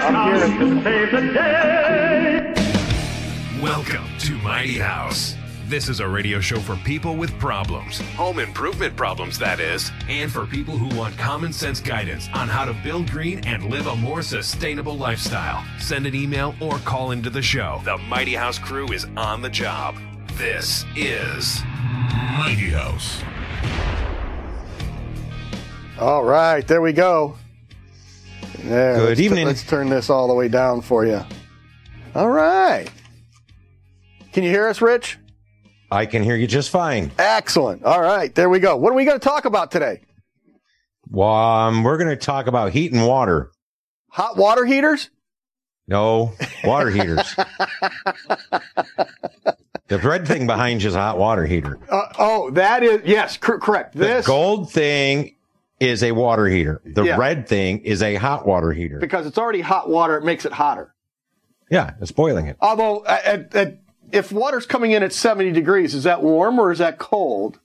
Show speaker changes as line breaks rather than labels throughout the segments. can save the day.
Welcome to Mighty House. This is a radio show for people with problems, home improvement problems, that is, and for people who want common sense guidance on how to build green and live a more sustainable lifestyle. Send an email or call into the show. The Mighty House crew is on the job. This is Mighty House.
All right, there we go. There,
Good
let's tu-
evening.
let's turn this all the way down for you. All right. Can you hear us, Rich?
I can hear you just fine.
Excellent. All right, there we go. What are we going to talk about today?
Well, um, we're going to talk about heat and water.
Hot water heaters?
No, water heaters. the red thing behind you is a hot water heater.
Uh, oh, that is yes, cor- correct.
The
This
gold thing is a water heater. The
Yeah.
red thing is a hot water heater.
because it's already hot water, it makes it hotter.
yeah, it's boiling it.
Although, uh, at, at, if water's coming in at seventy degrees, is that warm or is that cold?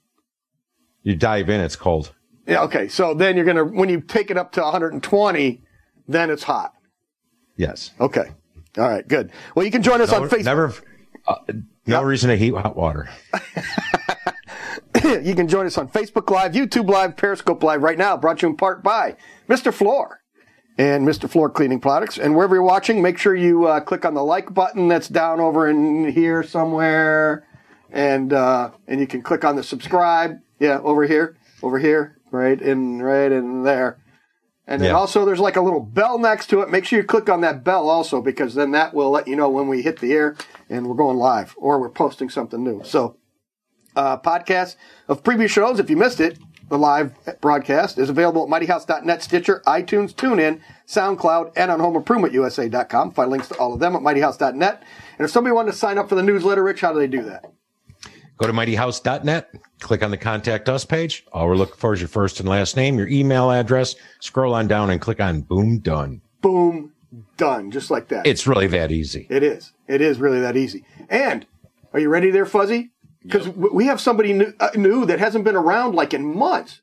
You dive in, it's cold.
Yeah. Okay. So then you're gonna when you take it up to 120, then it's hot.
Yes.
Okay. All right. Good. Well, you can join us on Facebook.
Never. Uh, no
Yep.
reason to heat hot water.
you can join us on Facebook Live, YouTube Live, Periscope Live right now, brought to you in part by Mr. Floor and Mr. Floor Cleaning Products. And wherever you're watching, make sure you uh, click on the like button that's down over in here somewhere. And, uh, and you can click on the subscribe. Yeah, over here, over here, right in, right in there. And then
Yeah.
also there's like a little bell next to it. Make sure you click on that bell also because then that will let you know when we hit the air and we're going live or we're posting something new. So uh, podcast of previous shows. If you missed it, the live broadcast is available at mightyhouse.net, Stitcher, iTunes, TuneIn, SoundCloud, and on homeimprovementusa.com. Find links to all of them at mightyhouse.net. And if somebody wanted to sign up for the newsletter, Rich, how do they do that?
Go to mightyhouse.net, click on the contact us page. All we're looking for is your first and last name, your email address. Scroll on down and click on boom done.
Boom, done, just like that.
It's really that easy.
It is. It is really that easy. And are you ready there, Fuzzy? Because we have somebody new, uh, new that hasn't been around like in months.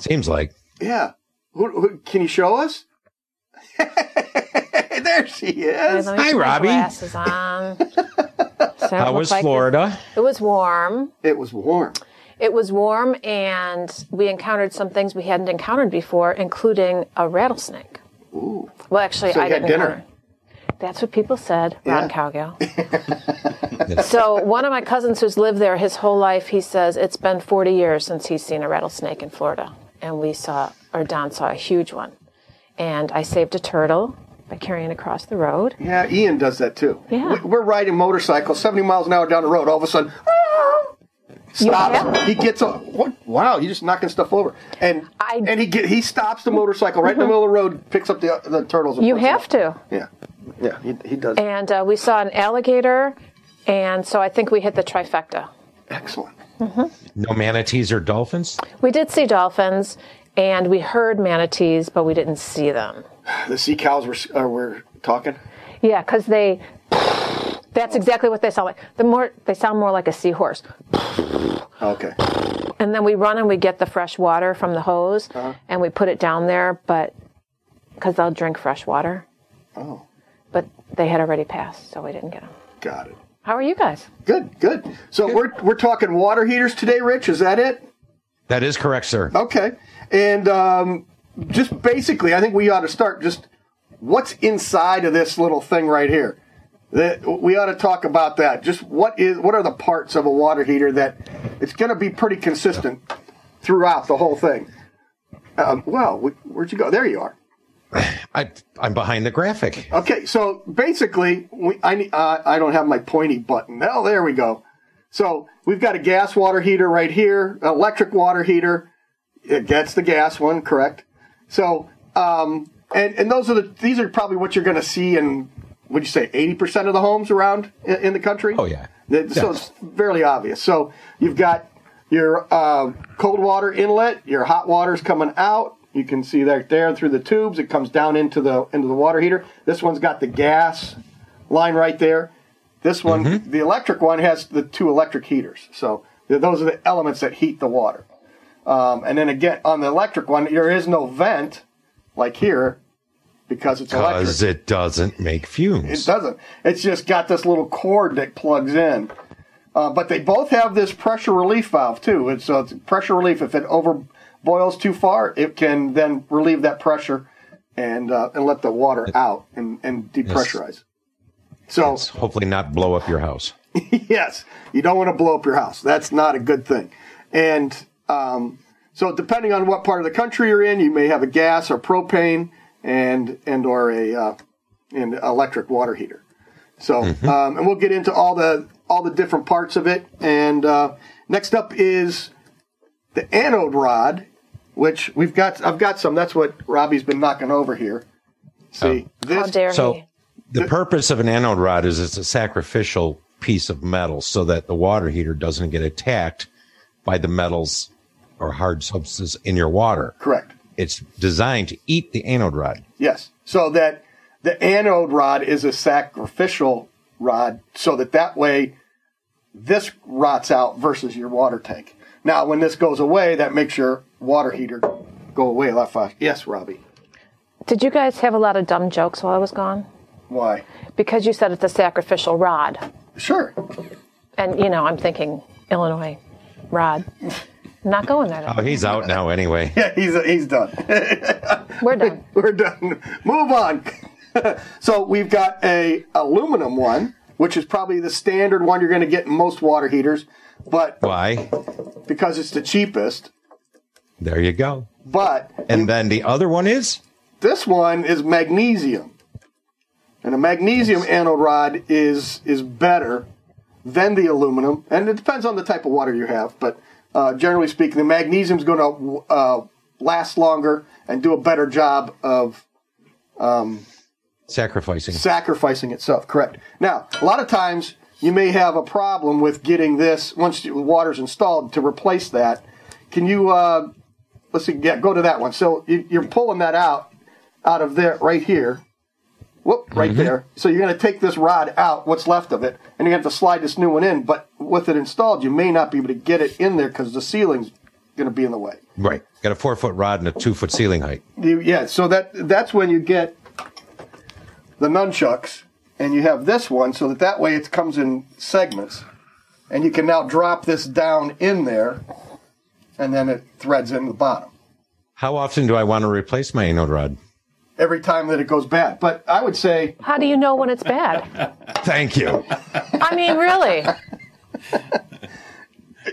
Seems like
Yeah. Who, who, can you show us? there she
Let
is.
me
Hi,
put my
Robbie.
Glasses on. So it
how
looked
was
like
Florida?
It, it was warm.
It was warm.
It was warm, and we encountered some things we hadn't encountered before, including a rattlesnake. Ooh. Well, actually,
So you
I
had
didn't
dinner.
encounter- That's what people said, Ron
Yeah.
Cowgill. so one of my cousins who's lived there his whole life, he says it's been 40 years since he's seen a rattlesnake in Florida, and we saw, or Don saw, a huge one, and I saved a turtle by carrying it across the road.
Yeah, Ian does that too.
Yeah.
We- We're riding motorcycles, 70 miles an hour down the road. All of a sudden, stops.
have-
He gets on. What? Wow, you're just knocking stuff over. And
I- Mm-hmm.
and he get, he stops the motorcycle right in the middle of the road, picks up the the turtles. and
You
puts them
have
out.
to.
Yeah, yeah, he, he does.
and uh, we saw an alligator, and so I think we hit the trifecta.
Excellent.
No manatees or dolphins?
We did see dolphins, and we heard manatees, but we didn't see them.
The sea cows were uh, were talking.
Yeah, because they. That's exactly what they sound like. The more they sound more like a seahorse.
Okay.
And then we run and we get the fresh water from the hose, and we put it down there, but because they'll drink fresh water.
Oh,
But they had already passed, so we didn't get them.
got it.
How are you guys?
Good, good. So we're we're talking water heaters today, Rich. Is that it?
That is correct, sir.
Okay. And um, just basically, I think we ought to start just what's inside of this little thing right here. That we ought to talk about that. Just what is what are the parts of a water heater that it's going to be pretty consistent throughout the whole thing. Um, well, wh- where'd you go? There you are.
I, I'm behind the graphic.
Okay, so basically, we, I ne- uh, I don't have my pointy button. Oh, there we go. So we've got a gas water heater right here, electric water heater. It gets the gas one, correct? So, um, and and those are the these are probably what you're going to see in would you say eighty percent of the homes around in, in the country?
Oh, yeah.
That- So
Yeah.
it's fairly obvious. So you've got your uh, cold water inlet, your hot water's coming out. You can see that there through the tubes. It comes down into the into the water heater. This one's got the gas line right there. This one, the electric one, has the two electric heaters. So th- those are the elements that heat the water. Um, and then again, on the electric one, there is no vent like here. because it's
because
electric.
it doesn't make
It
fumes.
doesn't. It's just got this little cord that plugs in. Uh, but they both have this pressure relief valve too. It's, so it's pressure relief. If it over boils too far, it can then relieve that pressure and uh, and let the water out and, and depressurize. So
Hopefully, not blow up your house.
yes, you don't want to blow up your house. That's not a good thing. And um, so, depending on what part of the country you're in, you may have a gas or propane and and or a uh, an electric water heater. So, um, and we'll get into all the all the different parts of it. And uh, next up is the anode rod, which we've got. I've got some. That's what Robbie's been knocking over here. See
How
this?
dare
So,
he?
the purpose of an anode rod is it's a sacrificial piece of metal so that the water heater doesn't get attacked by the metals or hard substances in your water.
Correct.
It's designed to eat the anode rod.
Yes. So that the anode rod is a sacrificial rod, so that that way this rots out versus your water tank. Now, when this goes away, that makes your water heater go away a lot faster. Yes, Robbie.
Did you guys have a lot of dumb jokes while I was gone?
Why?
Because you said it's a sacrificial rod.
Sure.
And, you know, I'm thinking Illinois rod. Not going there.
Oh,
Though.
he's out now anyway.
Yeah, he's he's done.
We're done.
We're done. Move on. so we've got a aluminum one, which is probably the standard one you're going to get in most water heaters, but
Why?
because it's the cheapest.
There you go.
But
And then the other one is
This one is magnesium. And a magnesium anode rod is is better than the aluminum, and it depends on the type of water you have. But uh, generally speaking, the magnesium is going to uh, last longer and do a better job of
sacrificing.
sacrificing itself. Correct. Now, a lot of times you may have a problem with getting this once the water's installed to replace that. Can you uh, let's see, yeah, go to that one. So you, you're pulling that out out of there right here. Whoop, right there. So you're going to take this rod out, what's left of it, and you have to slide this new one in. But with it installed, you may not be able to get it in there because the ceiling's going to be in the way.
Right. Got a four foot rod and a two foot ceiling height.
You, yeah, so that that's when you get the nunchucks, and you have this one, so that that way it comes in segments, and you can now drop this down in there, and then it threads in the bottom
How often do I want to replace my anode rod?
every time that it goes bad. But I would say
How do you know when it's bad?
Thank you.
I mean, really.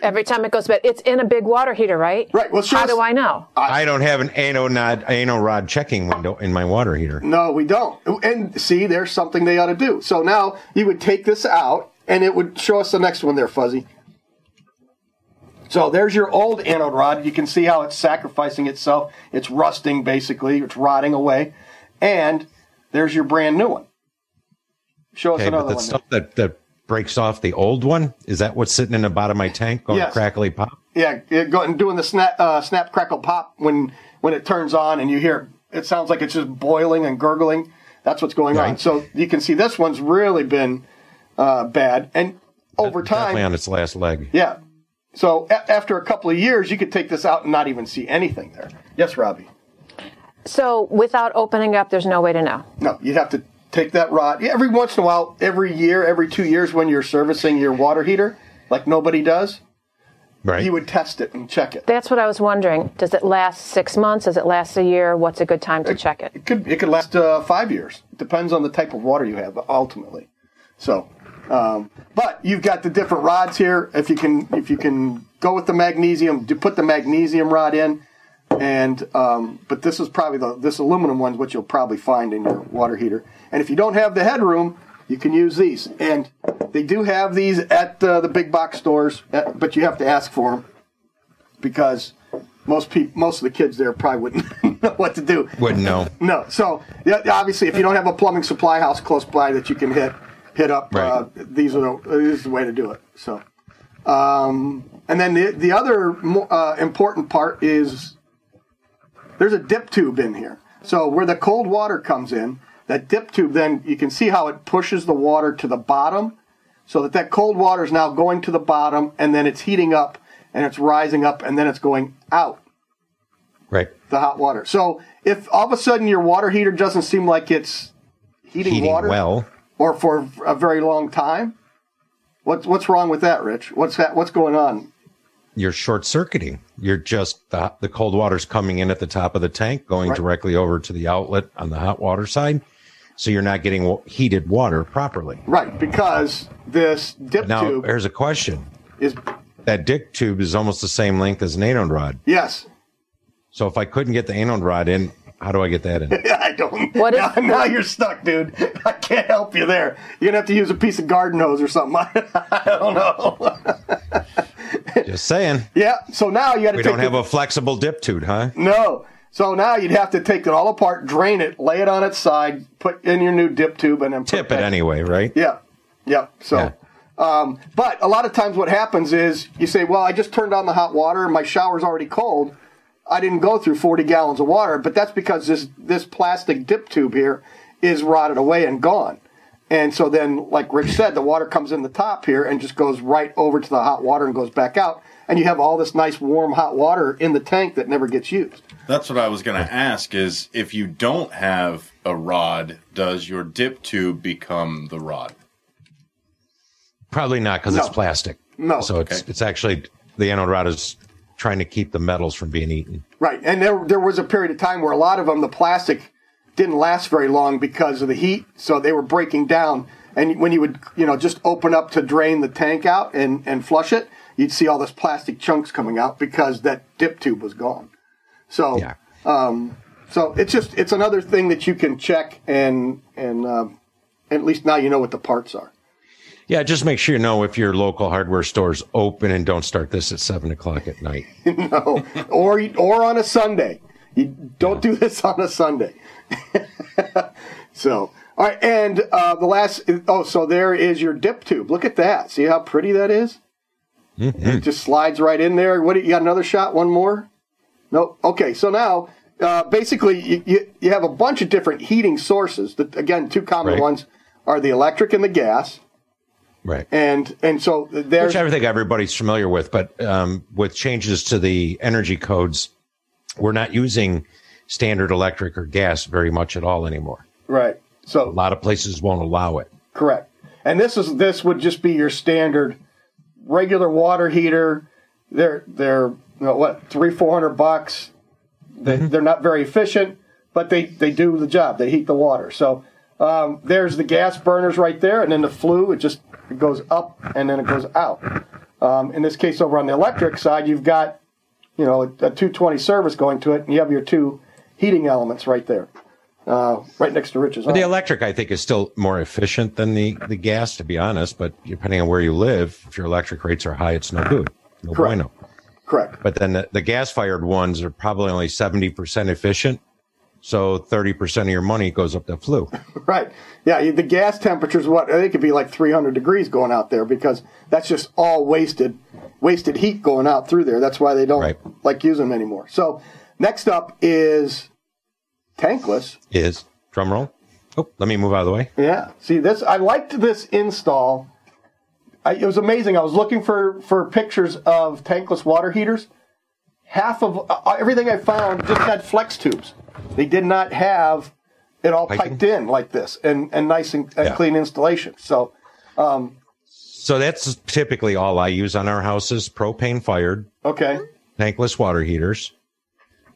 Every time it goes bad, it's in a big water heater, right?
Right, well, sure.
How do I know?
I don't have an anode, nod, anode rod checking window in my water heater.
no, we don't. And see, there's something they ought to do. So now you would take this out, and it would show us the next one there, Fuzzy. So there's your old anode rod. You can see how it's sacrificing itself. It's rusting basically. It's rotting away. And there's your brand new one. Show us
Okay, but
another
the
one.
stuff that, that breaks off the old one is that what's sitting in the bottom of my tank going
Yes.
crackly pop?
Yeah, yeah, go and doing the snap, uh, snap, crackle, pop when when it turns on, and you hear it sounds like it's just boiling and gurgling. That's what's going on.
Right.
So you can see this one's really been uh, bad, and over time,
Definitely on its last leg.
yeah. So a- after a couple of years, you could take this out and not even see anything there. Yes, Robbie.
So, without opening up, there's no way to know.
No, you'd have to take that rod yeah, every once in a while, every year, every two years, when you're servicing your water heater, like nobody does.
Right.
You would test it and check it.
That's what I was wondering. Does it last six months? Does it last a year? What's a good time to check it?
It could it could last uh, five years. Depends on the type of water you have, ultimately. So, um, but you've got the different rods here. If you can if you can go with the magnesium, do put the magnesium rod in, and um, but this is probably the this aluminum one's what you'll probably find in your water heater. And if you don't have the headroom, you can use these. And they do have these at uh, the big box stores, uh, but you have to ask for them because. Most people, most of the kids there probably wouldn't know what to do.
Wouldn't know.
No. So yeah, obviously, if you don't have a plumbing supply house close by that you can hit hit up, uh,
Right.
these are the, this is the way to do it. So, um, and then the the other mo- uh, important part is there's a dip tube in here. So where the cold water comes in, that dip tube then you can see how it pushes the water to the bottom, so that that cold water is now going to the bottom, and then it's heating up, and it's rising up, and then it's going out
Right.
the hot water. So if all of a sudden your water heater doesn't seem like it's heating,
Heating
water
well.
or for a very long time, what's what's wrong with that, Rich? What's that? What's going on?
You're short circuiting. You're just the, the cold water's coming in at the top of the tank, going
Right.
directly over to the outlet on the hot water side. So you're not getting wa- heated water properly.
Right, because this dip
Now, er-
tube
here's a question.
is
That dick tube is almost the same length as an anode rod.
yes.
So if I couldn't get the anode rod in, how do I get that in?
I don't.
What
now,
if-
now you're stuck, dude. I can't help you there. You're gonna have to use a piece of garden hose or something. I don't know.
Just saying.
yeah. So now you got to.
We
take
don't
the-
have a flexible dip tube, huh?
No. So now you'd have to take it all apart, drain it, lay it on its side, put in your new dip tube, and then put
Tip it
back-
anyway, right?
Yeah. Yeah. So.
Yeah.
Um, but a lot of times, what happens is you say, "Well, I just turned on the hot water, and my shower's already cold. I didn't go through 40 gallons of water." But that's because this this plastic dip tube here is rotted away and gone. And so then, like Rich said, the water comes in the top here and just goes right over to the hot water and goes back out, and you have all this nice warm hot water in the tank that never gets used.
That's what I was going to ask is if you don't have a rod, does your dip tube become the rod?
Probably not because
No.
it's plastic.
No.
So it's
Okay.
it's actually the anode rod is trying to keep the metals from being eaten.
Right, and there there was a period of time where a lot of them the plastic didn't last very long because of the heat, so they were breaking down. And when you would you know just open up to drain the tank out and and flush it, you'd see all this plastic chunks coming out because that dip tube was gone. So um,
Yeah.
so it's just it's another thing that you can check and and um, at least now you know what the parts are.
Yeah. Just make sure you know if your local hardware store's open and don't start this at seven o'clock at night.
no, Oh, or or on a Sunday. You don't do this on a Sunday. so, all right, and uh, the last. Oh, so there is your dip tube. Look at that. See how pretty that is? It just slides right in there. What? do You you got another shot? One more? No. Okay. So now, uh, basically, you, you you have a bunch of different heating sources. The, again, two common
Right.
ones are the electric and the gas.
Right.
And and so there's
Which I think everybody's familiar with, but um, with changes to the energy codes, we're not using standard electric or gas very much at all anymore.
right. So
A lot of places won't allow it.
Correct. And this is this would just be your standard regular water heater. They're they're you know, what three four hundred bucks. They, They're not very efficient, but they they do the job. They heat the water. So um, there's the gas burners right there, and then the flue. It just it goes up and then it goes out. Um, in this case, over on the electric side, you've got you know a, 220 service going to it, and you have your two heating elements right there, uh, right next to Rich's.
The
arm.
electric, I think, is still more efficient than the, the gas, to be honest. But depending on where you live, if your electric rates are high, it's no good. No
Correct.
bueno.
Correct.
But then the, the gas fired ones are probably only 70% efficient. So 30% of your money goes up the flue.
Right. Yeah. you- The gas temperatures, what it could be like 300 degrees going out there because that's just all wasted, wasted heat going out through there. That's why they don't
Right.
like using them anymore. So next up is tankless.
Is drum roll. Oh, let me move out of the way.
Yeah. See this. I liked this install. I, it was amazing. I was looking for for pictures of tankless water heaters. Half of uh, everything I found just had flex tubes. They did not have it all
Piping?
piped in like this and and nice and, and
Yeah.
clean installation. So.
So that's typically all I use on our houses propane fired,
Okay.
tankless water heaters.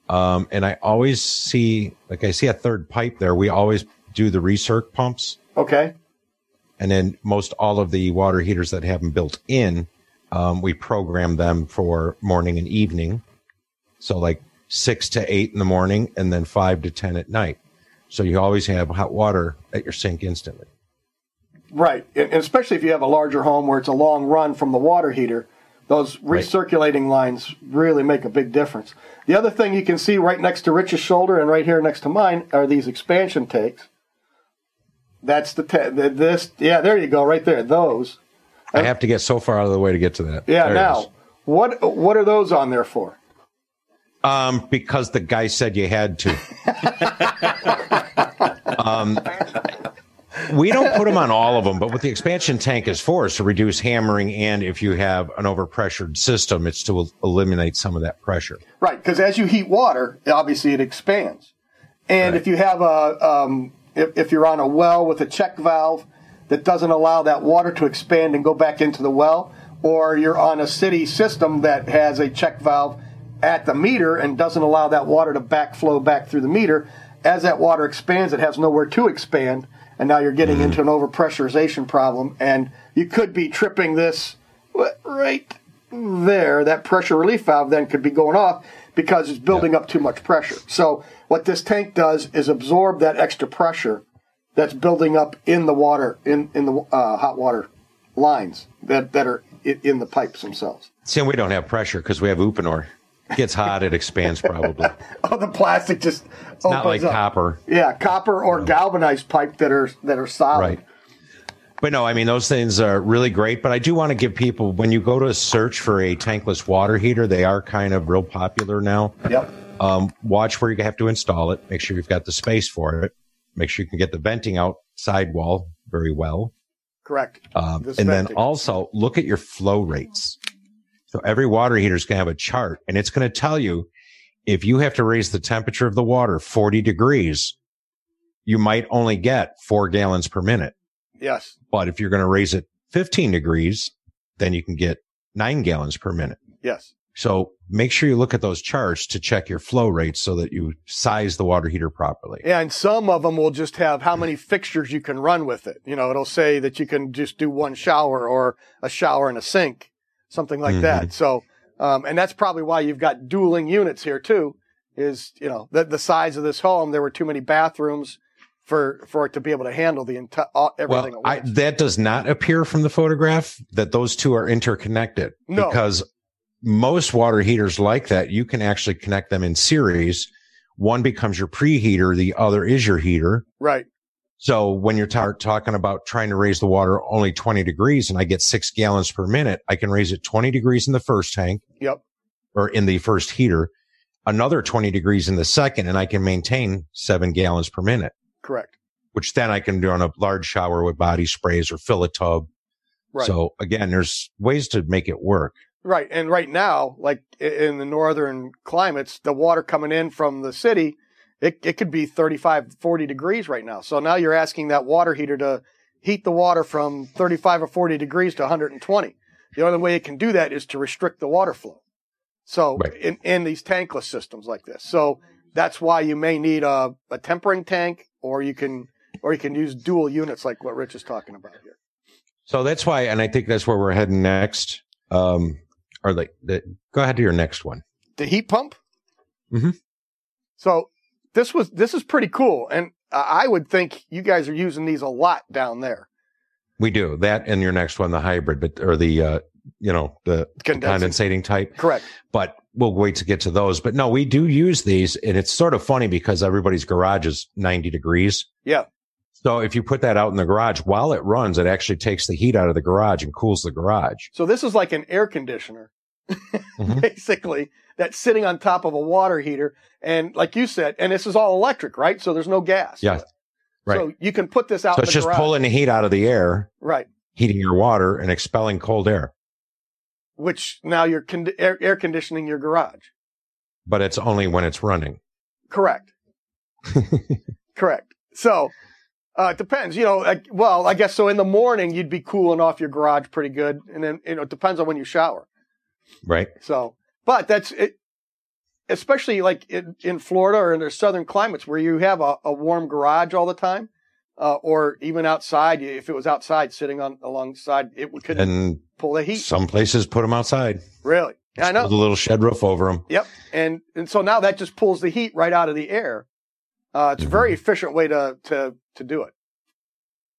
Um, and I always see, like, I see a third pipe there. We always do the recirc pumps.
Okay.
and then most all of the water heaters that have them built in, um, we program them for morning and evening. So like six to eight in the morning, and then five to ten at night. So you always have hot water at your sink instantly.
Right. And and especially if you have a larger home where it's a long run from the water heater, those recirculating lines really make a big difference. The other thing you can see right next to Rich's shoulder and right here next to mine are these expansion takes. That's the, ta- the this yeah there you go right there those
I have to get so far out of the way to get to that.
yeah
There it is.
now what what are those on there for
Um, because the guy said you had to. um, we don't put them on all of them, but what the expansion tank is for is to reduce hammering, and if you have an overpressured system, it's to el- eliminate some of that pressure.
Right, because as you heat water, obviously it expands. And if you have a, um, if, if you're on a well with a check valve that doesn't allow that water to expand and go back into the well, or you're on a city system that has a check valve at the meter and doesn't allow that water to backflow back through the meter, as that water expands, it has nowhere to expand, and now you're getting into an overpressurization problem, and you could be tripping this wh- right there, that pressure relief valve then could be going off because it's building up too much pressure. So what this tank does is absorb that extra pressure that's building up in the water in in the uh, hot water lines that that are i- in the pipes themselves.
See, and we don't have pressure because we have Upanor. Gets hot, it expands probably.
Oh, the plastic just opens
Not like
up.
copper.
Yeah, copper or galvanized pipe that are that are solid.
Right. But no, I mean, those things are really great. But I do want to give people, when you go to search for a tankless water heater, they are kind of real popular now.
Yep.
Um, watch where you have to install it. Make sure you've got the space for it. Make sure you can get the venting out sidewall very well.
Correct.
Um,
This
and then
venting.
also look at your flow rates. So every water heater is going to have a chart and it's going to tell you if you have to raise the temperature of the water 40 degrees, you might only get four gallons per minute.
Yes.
But if you're going to raise it 15 degrees, then you can get nine gallons per minute.
Yes.
So make sure you look at those charts to check your flow rates so that you size the water heater properly.
Yeah, and some of them will just have how many fixtures you can run with it. You know, it'll say that you can just do one shower or a shower and a sink, something like
Mm-hmm.
that. So, um, and that's probably why you've got dueling units here too. Is you know the the size of this home, there were too many bathrooms for for it to be able to handle the entire everything.
Well,
at
I,
once.
that does not appear from the photograph that those two are interconnected
No.
because most water heaters like that, you can actually connect them in series. One becomes your preheater. The other is your heater.
right.
So when you're tar- talking about trying to raise the water only 20 degrees and I get six gallons per minute, I can raise it 20 degrees in the first tank.
Yep.
Or in the first heater, another 20 degrees in the second, and I can maintain seven gallons per minute,
Correct.
which then I can do on a large shower with body sprays or fill a tub.
Right.
So again, there's ways to make it work.
Right. And right now, like i- in the northern climates, the water coming in from the city, it, it could be 35, 40 degrees right now. So now you're asking that water heater to heat the water from 35 or 40 degrees to 120. The only way it can do that is to restrict the water flow. So
Right.
in, in these tankless systems like this. So that's why you may need a, a tempering tank or you can, or you can use dual units like what Rich is talking about here.
So that's why, and I think that's where we're heading next. Um, or like, the, go ahead to your next one.
the heat pump.
Mhm.
So this was this is pretty cool, and uh, I would think you guys are using these a lot down there.
We do that and your next one, the hybrid, but or the uh, you know, the
Condensing.
condensating type.
Correct.
But we'll wait to get to those. But no, we do use these, and it's sort of funny because everybody's garage is 90 degrees.
Yeah.
So if you put that out in the garage while it runs, it actually takes the heat out of the garage and cools the garage.
So this is like an air conditioner, Mm-hmm.
Mhm.
basically that's sitting on top of a water heater, and like you said, and this is all electric, right? So there's no gas.
Yeah. Right.
So you can put this out.
so
in
it's
the
just
garage.
pulling the heat out of the air,
Right.
heating your water, and expelling cold air.
Which now you're con- air-, air conditioning your garage.
But it's only when it's running.
Correct. Correct. So uh, it depends. You know, like, well, I guess so. In the morning, you'd be cooling off your garage pretty good, and then you know, it depends on when you shower.
Right.
So, but that's it. Especially like in, in Florida or in their southern climates where you have a, a warm garage all the time, uh, or even outside. If it was outside, sitting on alongside, it would could
And
pull the heat.
some places put them outside.
Really, I know.
With a little shed roof over them.
Yep. And and so now that just pulls the heat right out of the air. Uh, it's a very efficient way to to to do it.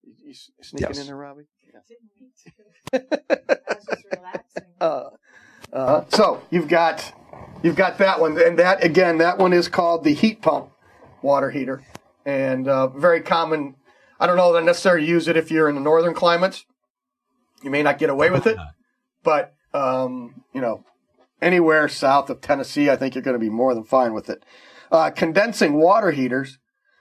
You, you s- sneaking
Yes.
in there, Robbie?
relaxing.
Uh, uh, so you've got you've got that one, and that again, that one is called the heat pump water heater, and uh, very common. I don't know that I necessarily use it if you're in the northern climates. You may not get away with it, but um, you know, anywhere south of Tennessee, I think you're going to be more than fine with it. Uh, condensing water heaters.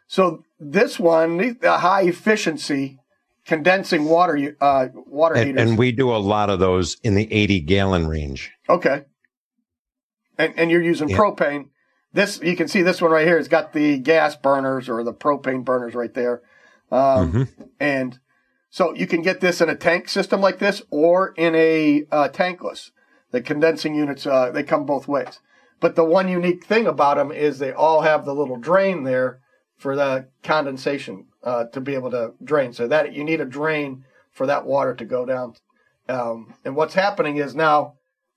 So this one, the high efficiency condensing water uh, water
And,
heaters.
and we do a lot of those in the 80 gallon range.
okay, and and you're using
Yeah.
propane. This you can see this one right here. It's got the gas burners or the propane burners right there, um, and so you can get this in a tank system like this or in a uh, tankless. The condensing units uh, they come both ways, but the one unique thing about them is they all have the little drain there for the condensation uh, to be able to drain. So that you need a drain for that water to go down. Um, and what's happening is now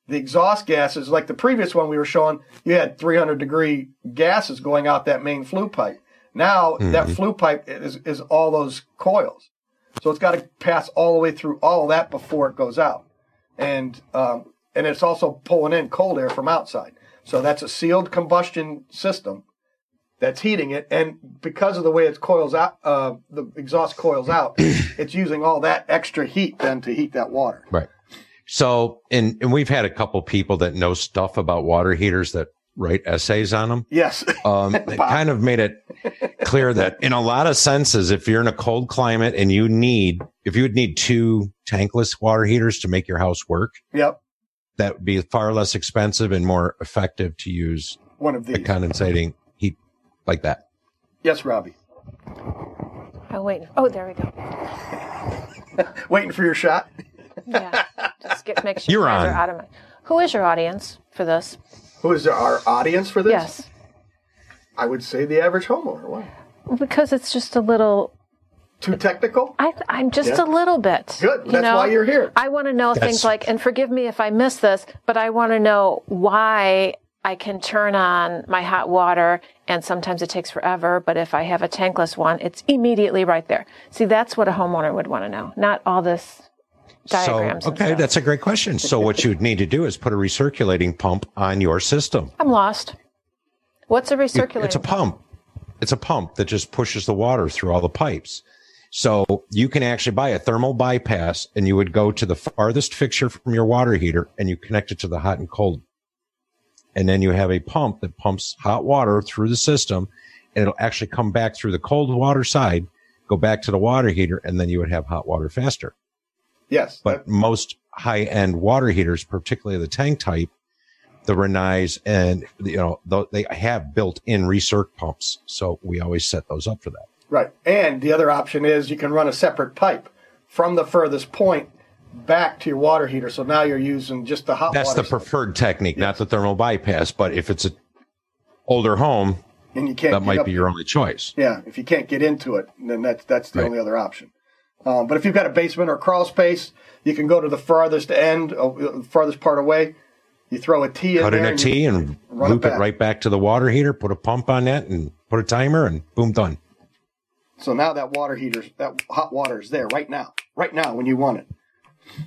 the exhaust gases, like the previous one we were showing, you had 300 degree gases going out that main flue pipe. Now that flue pipe is, is all those coils. So it's got to pass all the way through all of that before it goes out. And, um, and it's also pulling in cold air from outside. So that's a sealed combustion system that's heating it. And because of the way it's coils out, uh, the exhaust coils out, it's using all that extra heat then to heat that water.
Right. So, and, and we've had a couple people that know stuff about water heaters that write essays on them.
Yes.
Um, it kind of made it clear that in a lot of senses, if you're in a cold climate and you need, if you would need two tankless water heaters to make your house work,
yep.
that would be far less expensive and more effective to use
One of
the
these.
condensating heat like that.
Yes, Robbie.
Oh, wait. Oh, there we go.
Waiting for your shot.
Yeah. Just get, make sure
You're
you guys
on.
Are out of my, who is your audience for this?
Who is our audience for this?
Yes.
I would say the average homeowner. Why?
Because it's just a little.
Too technical?
I, I'm just
Yeah.
a little bit.
Good.
you
That's
know?
why you're here.
I want to know
That's-
things like, and forgive me if I miss this, but I want to know why I can turn on my hot water and sometimes it takes forever, but if I have a tankless one, it's immediately right there. See, that's what a homeowner would want to know, not all this diagrams.
So,
and
okay,
stuff.
that's a great question. So, what you'd need to do is put a recirculating pump on your system.
I'm lost. What's a
You-
recirculating?
It's a pump. It's a pump that just pushes the water through all the pipes. So you can actually buy a thermal bypass and you would go to the farthest fixture from your water heater and you connect it to the hot and cold. And then you have a pump that pumps hot water through the system and it'll actually come back through the cold water side, go back to the water heater, and then you would have hot water faster.
Yes.
But most high end water heaters, particularly the tank type, the Renais and you know, tho- they have built in recirc pumps. So we always set those up for that.
right. And the other option is you can run a separate pipe from the furthest point back to your water heater. So now you're using just the hot
That's
water
the preferred technique, not the thermal bypass. But if it's an older home,
and you can't
that
get
might
up-
be your only choice.
Yeah, if you can't get into it, then that's that's the
Right.
only other option. Um, but if you've got a basement or crawl space, you can go to the farthest end, uh, farthest part away. You throw a T in
Put
there.
in a
and you-
T and
run it
loop it,
back.
right back to the water heater, put a pump on that and put a timer and boom, done.
So now that water heater, that hot water is there right now, right now when you want it.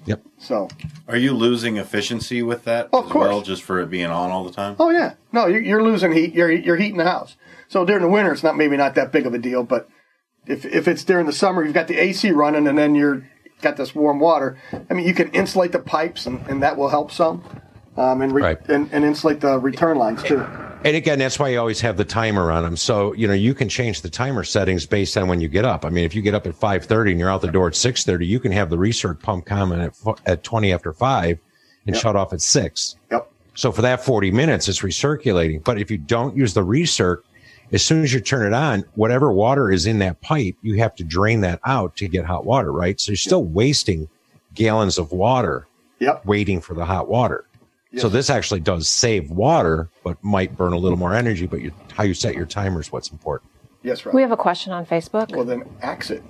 Yep.
So,
Are you losing efficiency with that
Of
as
course.
well, just for it being on all the time?
oh yeah, no, you're, you're losing heat. You're you're heating the house. So during the winter, it's not maybe not that big of a deal, but if if it's during the summer, you've got the AC running, and then you're got this warm water. I mean, you can insulate the pipes, and, and that will help some, um, and, re-
Right.
and and insulate the return lines too.
And again, that's why you always have the timer on them. So, you know, you can change the timer settings based on when you get up. I mean, if you get up at 5.30 and you're out the door at 6.30, you can have the research pump come in at, fo- at 20 after 5 and shut off at 6.
Yep.
So for that 40 minutes, it's recirculating. But if you don't use the recirc, as soon as you turn it on, whatever water is in that pipe, you have to drain that out to get hot water, right? So you're still wasting gallons of water
Yep.
waiting for the hot water. So this actually does save water, but might burn a little more energy. But you, how you set your timer is what's important.
Yes, right.
we have a question on Facebook.
well, then axe it.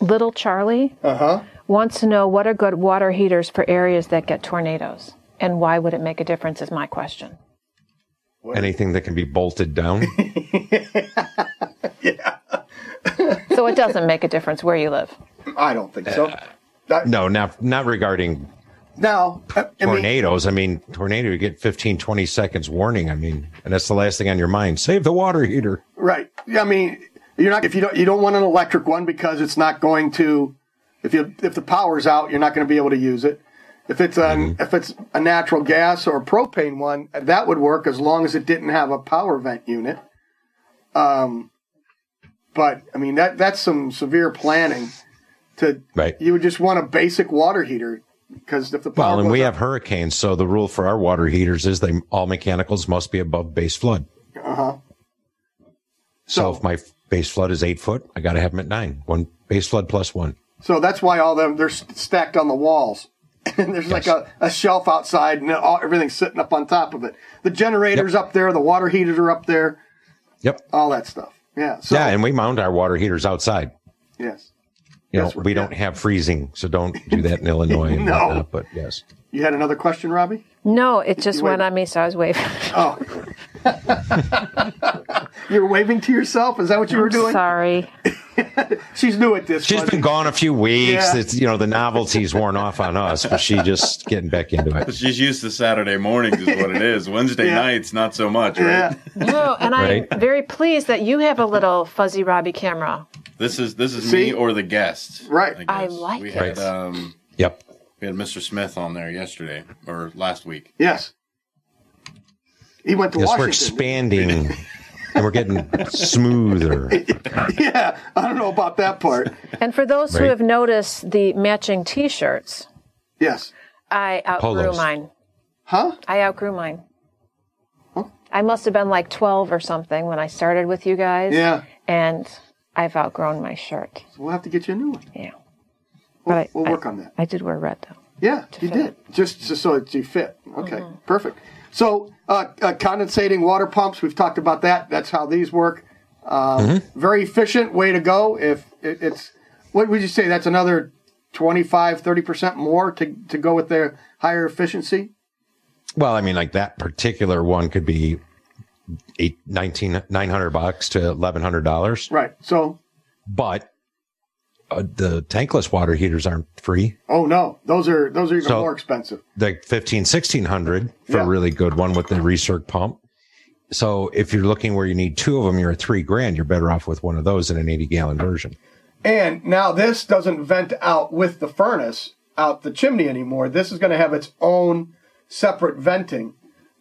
Little Charlie
uh-huh.
wants to know what are good water heaters for areas that get tornadoes and why would it make a difference is my question.
Anything that can be bolted down.
So it doesn't make a difference where you live.
I don't think so. That,
Uh, no, not not regarding
Now, I- I mean-
tornadoes. I mean, tornado, you get 15, 20 seconds warning. I mean, and that's the last thing on your mind. Save the water heater.
Right. Yeah, I mean, you're not if you don't you don't want an electric one because it's not going to if you if the power's out, you're not going to be able to use it. If it's an
Mm-hmm.
if it's a natural gas or a propane one, that would work as long as it didn't have a power vent unit. Um, But I mean that that's some severe planning. To
Right.
you would just want a basic water heater because if the power
Well, and
goes
we
out-
have hurricanes, so the rule for our water heaters is they all mechanicals must be above base flood.
uh-huh.
So,
So-
if my f- base flood is eight foot, I got to have them at nine. One base flood plus one.
So that's why all them they're s- stacked on the walls. And there's like
Yes.
a, a shelf outside, and all, everything's sitting up on top of it. The generators up there, the water heaters are up there,
Yep.
all that stuff. Yeah. So,
yeah, and we mount our water heaters outside.
yes,
You know,
Yes, we're-
we don't have freezing, so don't do that in Illinois. And
No.
whatnot, but yes,
you had another question, Robbie.
No, it just
You wait.
went on me, so I was waving.
Oh, you're waving to yourself. Is that what you were doing?
Sorry.
She's new at this.
she's
one.
been gone a few weeks.
Yeah.
It's you know the novelty's worn off on us, but she just getting back into it.
She's used to Saturday mornings, is what it is. Wednesday
Yeah.
nights, not so much, right?
Yeah.
No, and
Right.
I'm very pleased that you have a little fuzzy Robbie camera.
This is this is
See?
me or the guest,
Right.
I
guess.
like
we
it.
Had, um,
Yep.
we had Mr. Smith on there yesterday or last week.
Yes. He went to
Yes, we're
Washington.
expanding, and we're getting smoother.
yeah, I don't know about that part.
And for those who
Right.
have noticed the matching t shirts,
Yes.
I outgrew
Polos.
mine.
Huh?
I outgrew mine. I must have been like 12 or something when I started with you guys.
Yeah.
And I've outgrown my shirt.
So we'll have to get you a new one.
Yeah.
We'll,
I-
we'll
I-
work on that.
I did wear red, though.
Yeah, you
fit.
did. Just, just so that you fit. Okay, perfect. So, uh, uh, condensating water pumps, we've talked about that. That's how these work. Um, Very efficient way to go. If it, it's, what would you say? That's another 25, 30% more to, to go with their higher efficiency?
Well, I mean, like that particular one could be eight, 19, 900 bucks to $1,100.
Right. So,
But uh, the tankless water heaters aren't free.
oh no, those are, those are even
So-
more expensive.
They're 15, 1600 for
Yeah.
a really good one with the recirc pump. So if you're looking where you need two of them, you're at three grand. You're better off with one of those than an 80 gallon version.
And now this doesn't vent out with the furnace out the chimney anymore. This is going to have its own separate venting.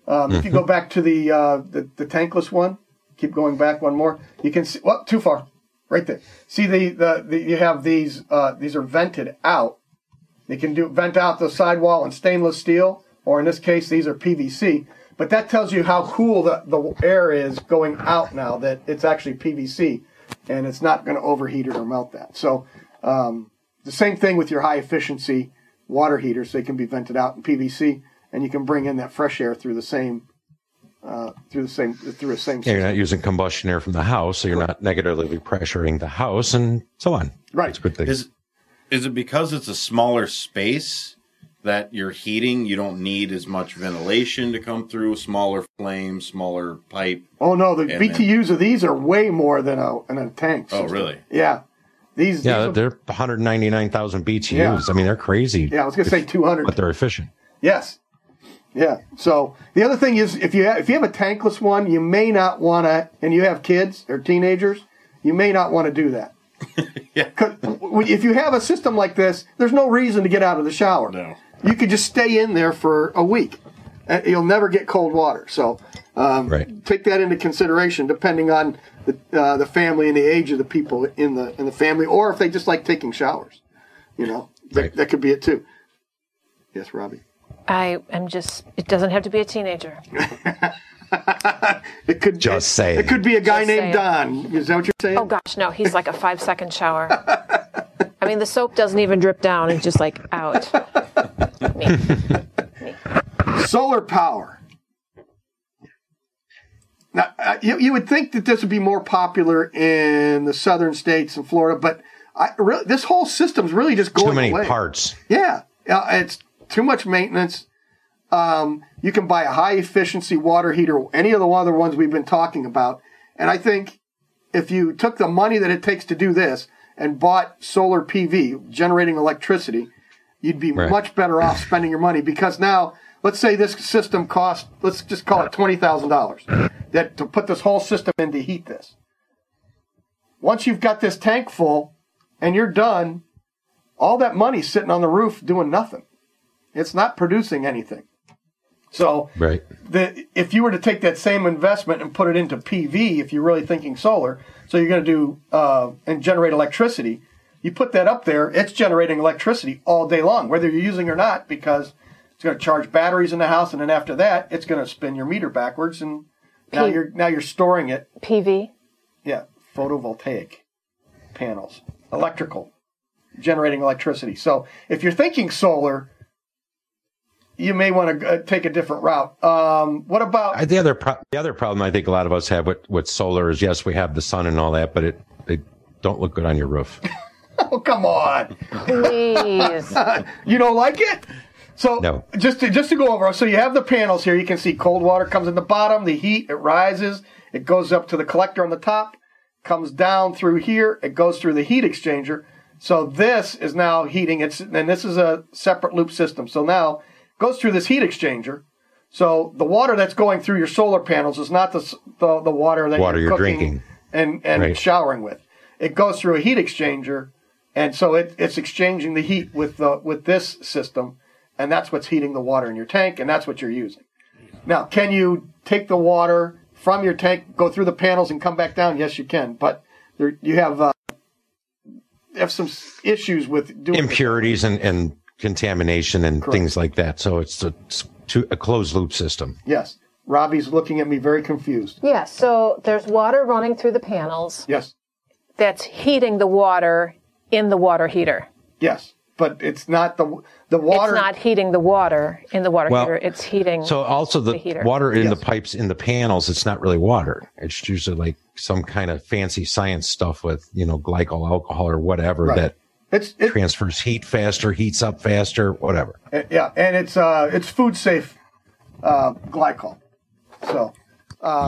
Um, If you go back to the, uh, the the tankless one, keep going back one more. You can see well too far, right there. See the the, the you have these uh, these are vented out. They can do vent out the sidewall in stainless steel, or in this case, these are PVC. But that tells you how cool the, the air is going out now that it's actually PVC and it's not going to overheat it or melt that. So, um, the same thing with your high efficiency water heaters. They can be vented out in PVC and you can bring in that fresh air through the same, uh, through the same, through the same.
Yeah, you're not using combustion air from the house, so you're not negatively pressuring the house and so on.
Right.
It's a good thing.
Is is it because it's a smaller space that you're heating? You don't need as much ventilation to come through, smaller flame, smaller pipe.
Oh no, the
Yeah, man.
BTUs of these are way more than a, than a tank.
Oh,
system.
really?
Yeah. These,
yeah,
these are-
they're 199,000 BTUs.
Yeah.
I mean, they're crazy.
yeah, I was going to say 200.
but they're efficient.
Yes. Yeah. So the other thing is, if you have, if you have a tankless one, you may not want to, and you have kids or teenagers, you may not want to do that.
Yeah.
'Cause w- if you have a system like this, there's no reason to get out of the shower.
No.
You could just stay in there for a week. Uh, You'll never get cold water. So Um,
Right.
take that into consideration, depending on the uh, the family and the age of the people in the in the family, or if they just like taking showers. You know, that,
Right.
that could be it too. Yes, Robbie.
I am just, it doesn't have to be a teenager.
It could
Just
it-
saying.
It could be a guy
Just
named Don. Is that what you're saying?
Oh gosh, no, he's like a five second shower. I mean, the soap doesn't even drip down, it's just like out. Me.
Solar power. Now, uh, you, you would think that this would be more popular in the southern states and Florida, but I, really, this whole system's really just going
Too many
away.
parts.
Yeah, uh, it's too much maintenance. Um, you can buy a high efficiency water heater, any of the other ones we've been talking about. And I think if you took the money that it takes to do this and bought solar PV, generating electricity, you'd be
Right.
much better off spending your money because now, let's say this system cost, let's just call it twenty thousand dollars, that to put this whole system in to heat this. Once you've got this tank full and you're done, all that money's sitting on the roof doing nothing. It's not producing anything. So
Right.
the, if you were to take that same investment and put it into PV, if you're really thinking solar, so you're going to do uh, and generate electricity, you put that up there, it's generating electricity all day long, whether you're using it or not, because it's going to charge batteries in the house, and then after that, it's going to spin your meter backwards, and now
P-
you're now you're storing it.
PV.
Yeah, photovoltaic panels, electrical, generating electricity. So if you're thinking solar. You may want to uh, take a different route. Um, what about
I- the other pro- the other problem I think a lot of us have with with solar is yes, we have the sun and all that, but it it don't look good on your roof.
Oh, come on.
Please.
You don't like it? So
No.
just to, just to go over, so you have the panels here. You can see cold water comes in the bottom, the heat, it rises, it goes up to the collector on the top, comes down through here, it goes through the heat exchanger. So this is now heating. It's and this is a separate loop system. So now it goes through this heat exchanger. So the water that's going through your solar panels is not the s- the, the water that
Water you're
cooking
drinking.
and and
Right.
showering with. It goes through a heat exchanger, and so it, it's exchanging the heat with the with this system, and that's what's heating the water in your tank, and that's what you're using. Now, can you take the water from your tank, go through the panels, and come back down? Yes, you can, but there, you have uh, you have some s- issues with doing it.
Impurities and and contamination and things like that. So it's a, it's to a closed loop system.
Yes, Robbie's looking at me very confused.
yeah. So there's water running through the panels
Yes,
that's heating the water in the water heater.
yes, but it's not the the water.
It's not heating the water in the water
Well,
heater. It's heating.
So also the,
The heater.
water in the pipes in the panels, it's not really water. It's usually like some kind of fancy science stuff with you know glycol alcohol or whatever
Right.
that
it's it,
transfers heat faster, heats up faster, whatever.
Uh, yeah, and it's uh, it's food safe uh, glycol. So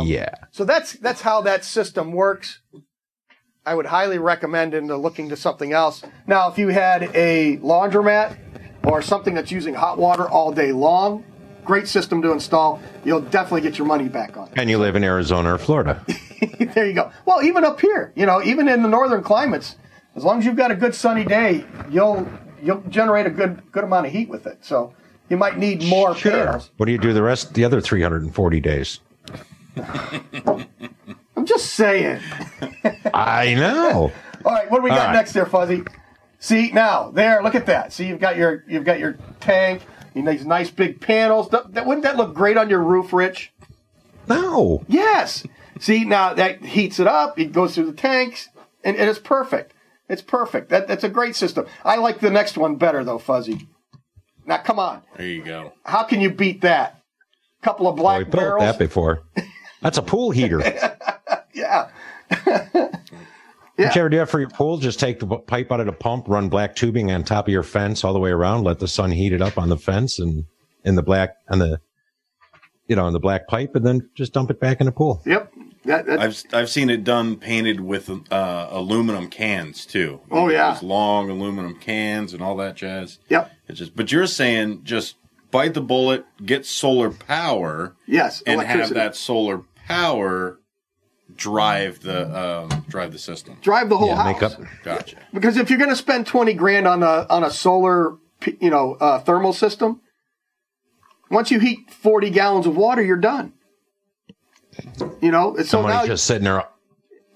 yeah.
so that's that's how that system works. I would highly recommend into looking to something else. Now, if you had a laundromat or something that's using hot water all day long, great system to install. You'll definitely get your money back on it.
And you live in Arizona or Florida.
there you go. Well, even up here, you know, even in the northern climates, as long as you've got a good sunny day, you'll you'll generate a good good amount of heat with it. So you might need more panels.
What do you do the rest the other 340 days?
I'm just saying.
I know.
All right, what do we got
right.
next there, Fuzzy? See now there, look at that. See, you've got your you've got your tank. You know, these nice big panels. Th- that- wouldn't that look great on your roof, Rich?
No.
Yes. See now that heats it up. It goes through the tanks, and, and it's perfect. It's perfect. That, that's a great system. I like the next one better though, Fuzzy. Now come on,
There you go.
how can you beat that? Couple of
Oh, we
black
built
barrels.
that before. That's a pool heater.
yeah.
Did you ever do that for your pool? Just take the pipe out of the pump, run black tubing on top of your fence all the way around, let the sun heat it up on the fence and in the black on the you know, on the black pipe and then just dump it back in the pool.
Yep. That, that,
I've I've seen it done painted with uh, aluminum cans too.
Oh, yeah.
Those long aluminum cans and all that jazz.
yep.
It's just, but you're saying just bite the bullet, get solar power,
Yes.
and have
electricity.
that solar power drive the um, drive the system.
drive the whole
Yeah,
house.
make up
Gotcha.
because if you're going to spend 20 grand on a on a solar p- you know uh, thermal system once you heat 40 gallons of water you're done you know it's so
the money's
now
just sitting there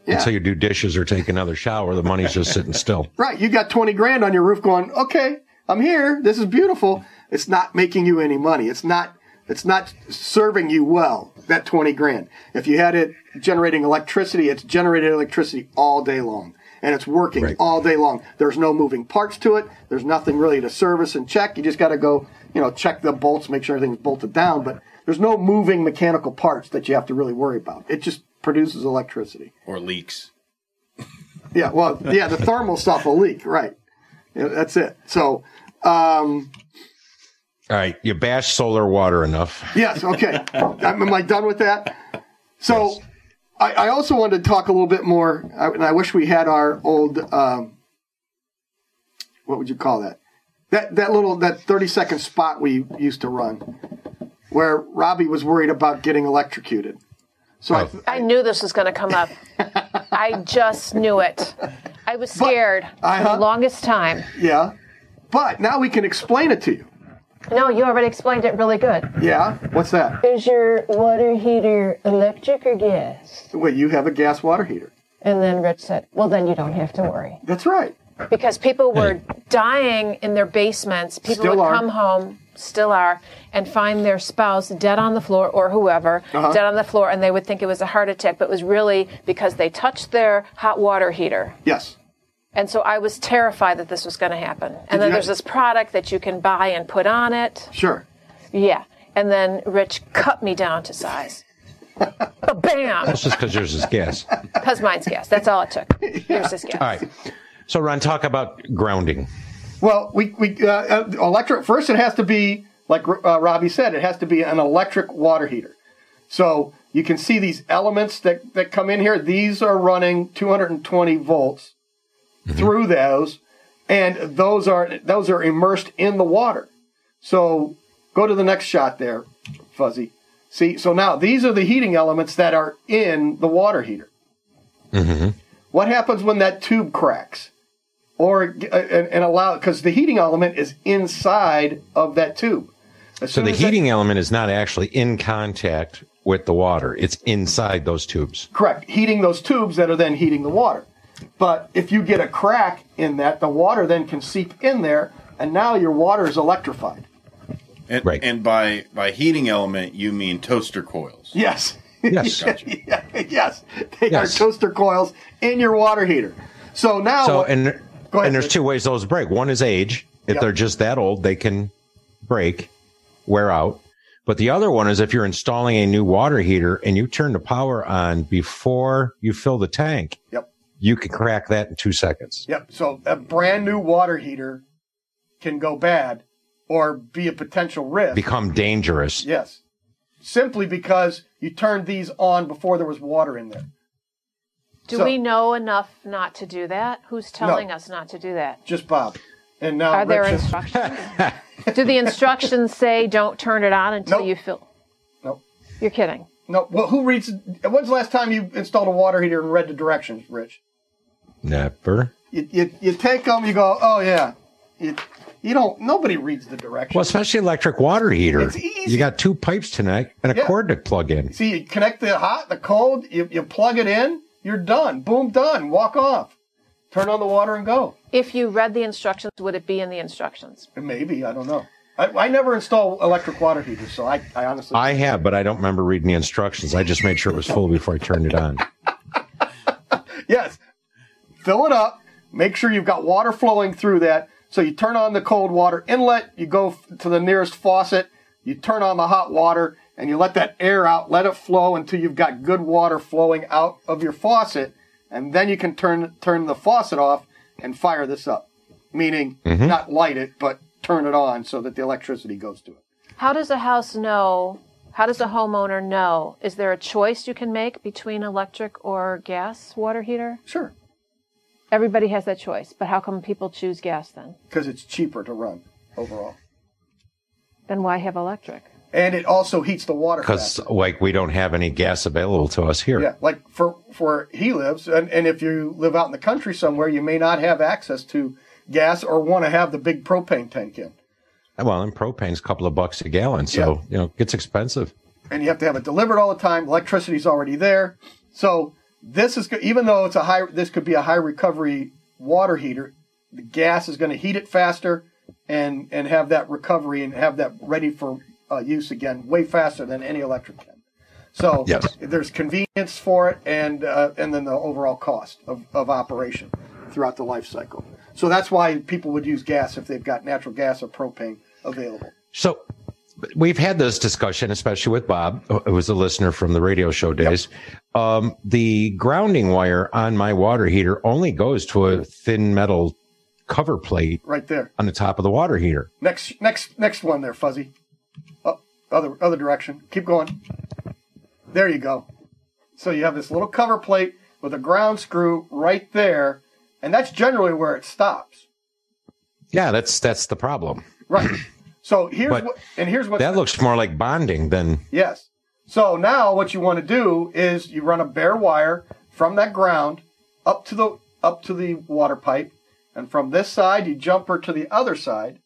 yeah,
until you do dishes or take another shower, the money's just sitting still.
right you got 20 grand on your roof going okay i'm here this is beautiful it's not making you any money it's not it's not serving you well that 20 grand if you had it generating electricity it's generated electricity all day long and it's working
Right.
all day long there's no moving parts to it there's nothing really to service and check you just got to go you know check the bolts make sure everything's bolted down but there's no moving mechanical parts that you have to really worry about it just produces electricity
Or leaks.
yeah, well, yeah, the thermal stuff will leak, right? Yeah, that's it. So, um,
All right, you bash solar water enough.
yes, okay. am, am I done with that? So, I, I also wanted to talk a little bit more, I, and I wish we had our old, um, what would you call that? That that little that thirty second spot we used to run, where Robbie was worried about getting electrocuted. So I,
I knew this was going to come up. I just knew it. I was scared for
Uh-huh.
the longest time.
Yeah. But now we can explain it to you.
No, you already explained it really good.
Yeah. What's that?
Is your water heater electric or gas?
Well, you have a gas water heater.
And then Rich said, well, then you don't have to worry.
That's right.
Because people were dying in their basements. People
Still
would
are.
come home, still are, and find their spouse dead on the floor or whoever
Uh-huh.
dead on the floor, and they would think it was a heart attack, but it was really because they touched their hot water heater.
Yes.
And so I was terrified that this was going to happen. And then
you-
there's this product that you can buy and put on it.
Sure.
Yeah. And then Rich cut me down to size. Bam!
That's just because yours is gas. All
Because mine's gas. That's all it took. Yours is gas.
right. So, Ron, talk about grounding.
Well, we we uh, uh, electric first. It has to be like uh, Robbie said. It has to be an electric water heater. So you can see these elements that that come in here. These are running 220 volts
Mm-hmm.
through those, and those are those are immersed in the water. So go to the next shot there, Fuzzy. See, so now these are the heating elements that are in the water heater.
Mm-hmm.
What happens when that tube cracks? or uh, and, and allow because the heating element is inside of that tube. As
So,
soon
the
as that-
heating element is not actually in contact with the water, it's inside those tubes.
correct heating those tubes that are then heating the water. But if you get a crack in that, the water then can seep in there, and now your water is electrified.
And,
Right.
and by by heating element, you mean toaster coils.
Yes,
Yes.
yes, they
Yes.
are toaster coils in your water heater. So now,
So, and,
Oh, Go ahead,
and there's
Rich.
two ways those break. One is age. If
Yep.
they're just that old, they can break, wear out. But the other one is if you're installing a new water heater and you turn the power on before you fill the tank,
yep,
you can crack that in two seconds.
yep. So a brand new water heater can go bad or be a potential risk.
Become dangerous.
Yes. Simply because you turned these on before there was water in there.
Do
So-
we know enough not to do that? Who's telling us not to do that?
Just Bob. And now
Are there
Rich is-
instructions? do the instructions say don't turn it on until
Nope.
you fill?
Nope.
You're kidding.
No, well, who reads? When's the last time you installed a water heater and read the directions, Rich?
Never.
You, you, you take them, you go, oh, yeah. You, you don't, nobody reads the directions.
Well, especially electric water heater.
It's easy.
You got two pipes to connect and a
Yeah.
cord to plug in.
See, you connect the hot, the cold, you, you plug it in, you're done. Boom, done. Walk off. Turn on the water and go.
If you read the instructions, would it be in the instructions?
Maybe, I don't know. I, I never install electric water heaters, so I, I honestly.
I have, but I don't remember reading the instructions. I just made sure it was full before I turned it on.
Yes. Fill it up. Make sure you've got water flowing through that. So you turn on the cold water inlet, you go f- to the nearest faucet, you turn on the hot water, and you let that air out, let it flow until you've got good water flowing out of your faucet, and then you can turn turn the faucet off and fire this up. Meaning not light it, but turn it on so that the electricity goes to it.
How does a house know? How does a homeowner know? Is there a choice you can make between electric or gas water heater?
Sure.
Everybody has that choice, but how come people choose gas then?
Because it's cheaper to run overall.
Then why have electric?
And it also heats the water
Because,
faster.
like, we don't have any gas available to us here.
Yeah, like for for he lives, and, and if you live out in the country somewhere, you may not have access to gas or want to have the big propane tank in,
Well, and propane's a couple of bucks a gallon. So,
Yeah.
you know, it gets expensive.
and you have to have it delivered all the time. Electricity's already there, so this is go- even though it's a high, this could be a high recovery water heater. The gas is going to heat it faster, and and have that recovery and have that ready for uh, use again way faster than any electric can. So
Yes.
there's convenience for it, and uh, and then the overall cost of, of operation throughout the life cycle. So that's why people would use gas if they've got natural gas or propane available.
So we've had this discussion, especially with Bob, who was a listener from the radio show days. Um, the grounding wire on my water heater only goes to a thin metal cover plate
Right there.
on the top of the water heater.
Next next next one there, Fuzzy. Oh, other other direction. Keep going. There you go. So you have this little cover plate with a ground screw right there, and that's generally where it stops.
Yeah, that's that's the problem.
Right. So here's
But
what and here's what
That looks more like bonding than
Yes. So now what you want to do is you run a bare wire from that ground up to the up to the water pipe, and from this side you jump her to the other side,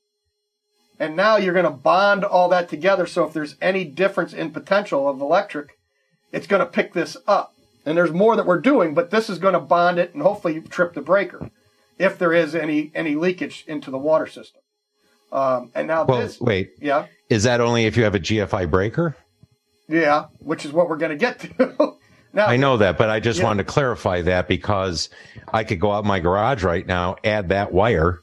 And now you're going to bond all that together. So if there's any difference in potential of electric, it's going to pick this up. And there's more that we're doing, but this is going to bond it and hopefully trip the breaker if there is any any leakage into the water system. Um, and now
Well,
this,
wait.
yeah,
Is that only if you have a GFI breaker?
yeah, which is what we're going to get to. now,
I know that, but I just
Yeah.
wanted to clarify that because I could go out in my garage right now, add that wire,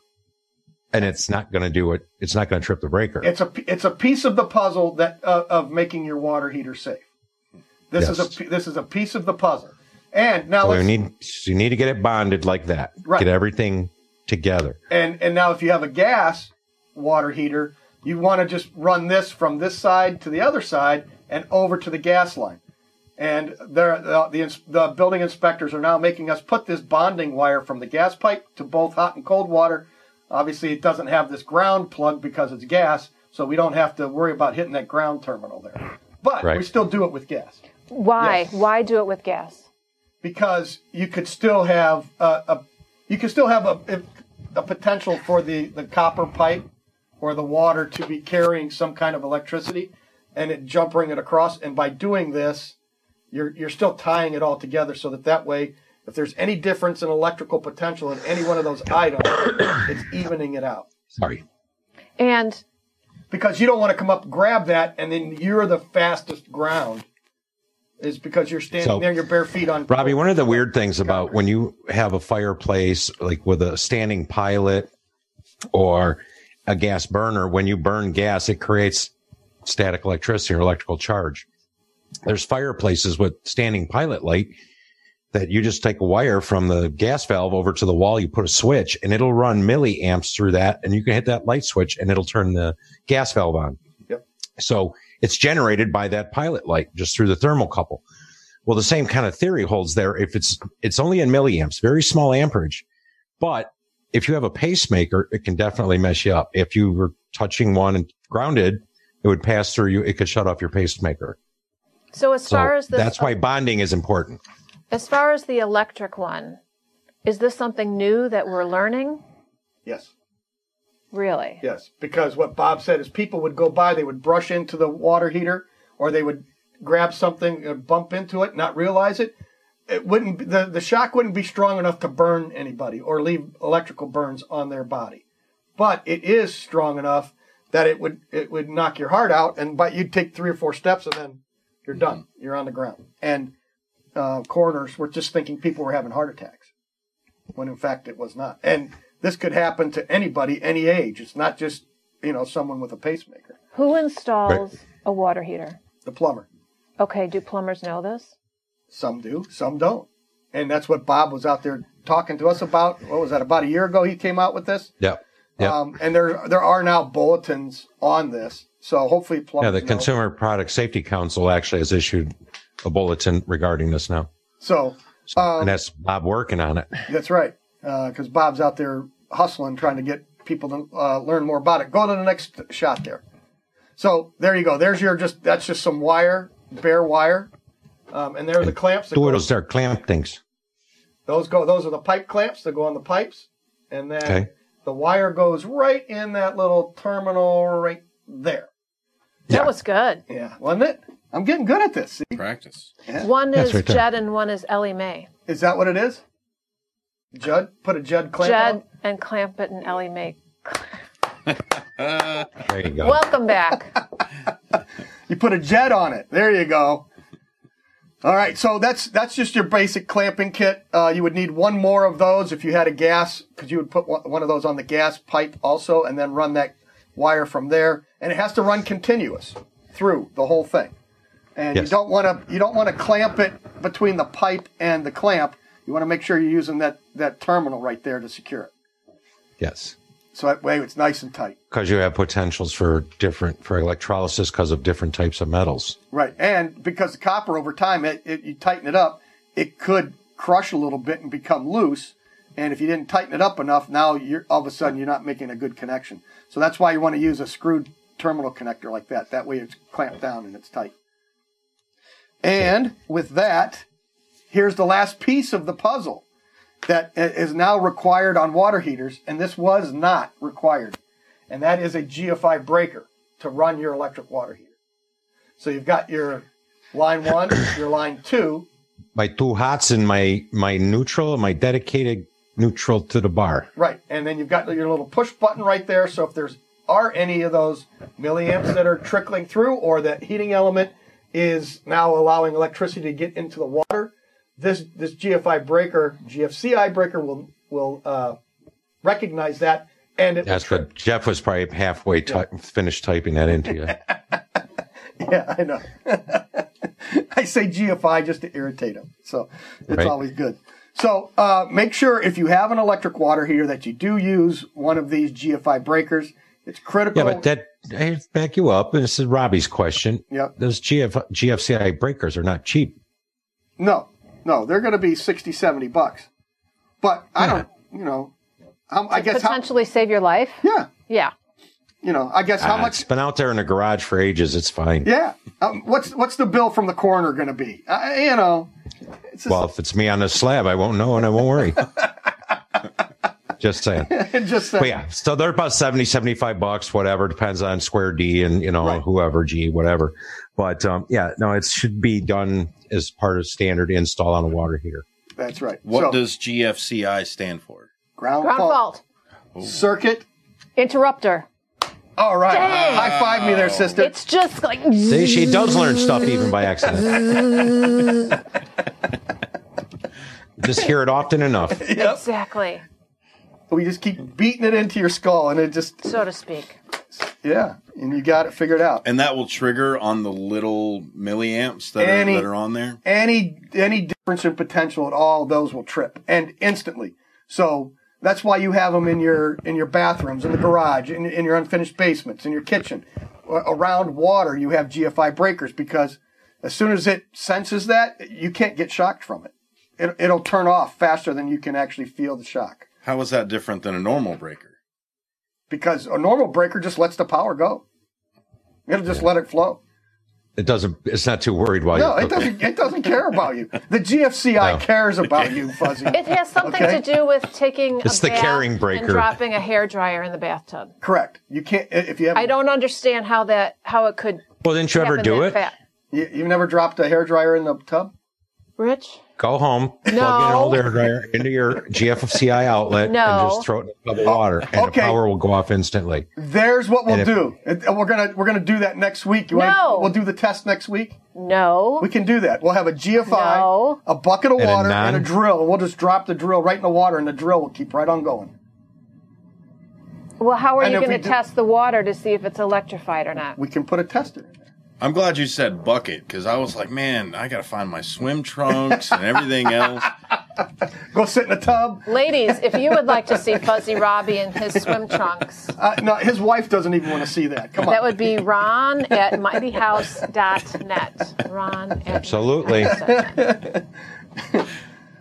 and it's not going to do it. It's not going to trip the breaker.
it's a it's a piece of the puzzle that uh, of making your water heater safe. This
Yes.
is a this is a piece of the puzzle. And now
So you
let's,
need you need to get it bonded like that.
Right.
Get everything together.
and and now if you have a gas water heater, you want to just run this from this side to the other side and over to the gas line. And there, the, the, ins- the building inspectors are now making us put this bonding wire from the gas pipe to both hot and cold water. Obviously, it doesn't have this ground plug because it's gas, so we don't have to worry about hitting that ground terminal there. But we
Right.
still do it with gas
Why?
Yes.
Why do it with gas?
because you could still have a, a you could still have a, a potential for the, the copper pipe or the water to be carrying some kind of electricity and it jumpering it across and by doing this you're you're still tying it all together so that that way if there's any difference in electrical potential in any one of those items it's evening it out
Sorry.
And
because you don't want to come up grab that and then you're the fastest ground is because you're standing
So-
there your bare feet on
Robbie, one of the weird things about when you have a fireplace, like with a standing pilot or a gas burner, when you burn gas, it creates static electricity or electrical charge. There's fireplaces with standing pilot light that you just take a wire from the gas valve over to the wall, you put a switch, and it'll run milliamps through that, and you can hit that light switch and it'll turn the gas valve on.
Yep.
So it's generated by that pilot light just through the thermocouple. Well, the same kind of theory holds there. If it's it's only in milliamps, very small amperage, but if you have a pacemaker, it can definitely mess you up. If you were touching one and grounded, it would pass through you. It could shut off your pacemaker.
so as
So
far as this,
that's why bonding is important.
as far as the electric one, is this something new that we're learning?
yes
Really?
Yes, because what Bob said is people would go by, they would brush into the water heater, or they would grab something, uh, bump into it, not realize it. It wouldn't be- the the shock wouldn't be strong enough to burn anybody or leave electrical burns on their body, but it is strong enough that it would it would knock your heart out, and but you'd take three or four steps and then you're done, you're on the ground. And uh, coroners were just thinking people were having heart attacks when in fact it was not. And this could happen to anybody, any age. It's not just you know someone with a pacemaker.
Who installs a water heater?
The plumber,
Okay, do plumbers know this?
some do, some don't, and that's what Bob was out there talking to us about. What was that? About a year ago, he came out with this.
Yep. Yep.
Um, and there there are now bulletins on this, so hopefully
yeah.
plumbers.
The
know.
Consumer Product Safety Council actually has issued a bulletin regarding this now,
So
so, and that's Bob working on it.
that's right, because Bob's out there hustling, trying to get people to uh, learn more about it. Go to the next shot there. So there you go. There's your just that's just some wire, bare wire, um, and there are the clamps. That
Two
go
of those are clamp things.
Those go. Those are the pipe clamps that go on the pipes, and then
Okay.
the wire goes right in that little terminal right there.
Yeah.
That was good.
Yeah, wasn't it? I'm getting good at this. See?
Practice.
One
That's
is
right there.
Jed and one is Ellie Mae.
Is that what it is? Judd, put a Judd clamp.
Jed
on.
and Clampett and Ellie Mae.
Uh,
There you go.
Welcome back.
You put a Jed on it. There you go. All right, so that's that's just your basic clamping kit. Uh, you would need one more of those if you had a gas, because you would put one one of those on the gas pipe also, and then run that wire from there. And it has to run continuous through the whole thing. And you
Yes.
don't want to you don't want to clamp it between the pipe and the clamp. You want to make sure you're using that that terminal right there to secure it.
yes.
So that way it's nice and tight.
because you have potentials for different for electrolysis because of different types of metals.
Right, and because the copper over time, it, it, you tighten it up, it could crush a little bit and become loose. And if you didn't tighten it up enough, now you're all of a sudden you're not making a good connection. So that's why you want to use a screwed terminal connector like that. That way it's clamped down and it's tight. And with that, here's the last piece of the puzzle that i- is now required on water heaters, and this was not required. and that is a GFI breaker to run your electric water heater. So you've got your line one, your line two,
My two hots and my my neutral, my dedicated neutral to the bar.
right, and then you've got your little push button right there. So if there's are any of those milliamps that are trickling through, or that heating element is now allowing electricity to get into the water, this this GFI breaker, GFCI breaker will will uh, recognize that, and it will
That's what Jeff was probably halfway ty- finished typing that into you.
Yeah, I know. I say GFI just to irritate them. So it's
Right.
always good. So uh, make sure if you have an electric water heater that you do use one of these GFI breakers. It's critical.
Yeah, but that I back you up. And this is Robbie's question.
Yep.
Those GF, GFCI breakers are not cheap.
no, no, they're going to be 60, 70 bucks. But I don't, you know, how, I guess how,
Potentially save your life.
yeah,
Yeah.
you know, I guess how
Ah,
much
It's been out there in the garage for ages. It's fine.
Yeah. Um, what's what's the bill from the coroner going to be? Uh, you know, it's just,
Well, if it's me on the slab, I won't know and I won't worry. Just saying. But
just uh,
yeah, so they're about 70, 75 bucks, whatever. Depends on Square D and, you know, whoever, G, whatever. But um, yeah, no, it should be done as part of standard install on a water heater.
that's right.
What
so,
does GFCI stand for?
ground,
Ground
fault,
fault.
circuit?
Interrupter.
All right,
Dang.
high five me there, sister.
It's just like
See, she does learn stuff even by accident. Just hear it often enough.
exactly,
We just keep beating it into your skull, and it just
so to speak.
yeah, and you got it figured out.
And that will trigger on the little milliamps that,
Any-
are, that are on there.
Any any difference in potential at all, those will trip and instantly. So that's why you have them in your in your bathrooms, in the garage, in, in your unfinished basements, in your kitchen, A- around water. You have GFI breakers because as soon as it senses that, you can't get shocked from it. it it'll turn off faster than you can actually feel the shock
How is that different than a normal breaker?
because a normal breaker just lets the power go. It'll just let it flow.
It doesn't. It's not too worried while
No,
you're
it
cooking.
doesn't. It doesn't care about you. The GFCI
No.
cares about you, Fuzzy.
It has something
Okay.
to do with taking
It's
a
the
bath
caring breaker.
and dropping a hair dryer in the bathtub.
Correct. You can't if you haven't.
I don't understand how that how it could
Well, didn't you ever
happen
do
that
it?
fast.
You, you've never dropped a hairdryer in the tub.
Rich,
Go home, plug in an old air dryer into your GFCI outlet,
No.
and just throw it in a cup of water, and
okay.
the power will go off instantly.
There's what we'll
And if-
do. It- and we're gonna we're gonna do that next week. You
No.
wanna, we'll do the test next week.
no.
We can do that. We'll have a GFI,
No.
a bucket of
And a
water, and a
non-
drill. We'll just drop the drill right in the water, and the drill will keep right on going.
well, how are
And
you
if
going
we
to
do-
test the water to see if it's electrified or not?
We can put a tester in there.
I'm glad you said bucket because I was like, man, I got to find my swim trunks and everything else.
Go sit in the tub.
Ladies, if you would like to see Fuzzy Robbie in his swim trunks,
Uh, no, his wife doesn't even want to see that. Come on.
that would be ron at mightyhouse.net. Ron at
Absolutely.
mightyhouse.net.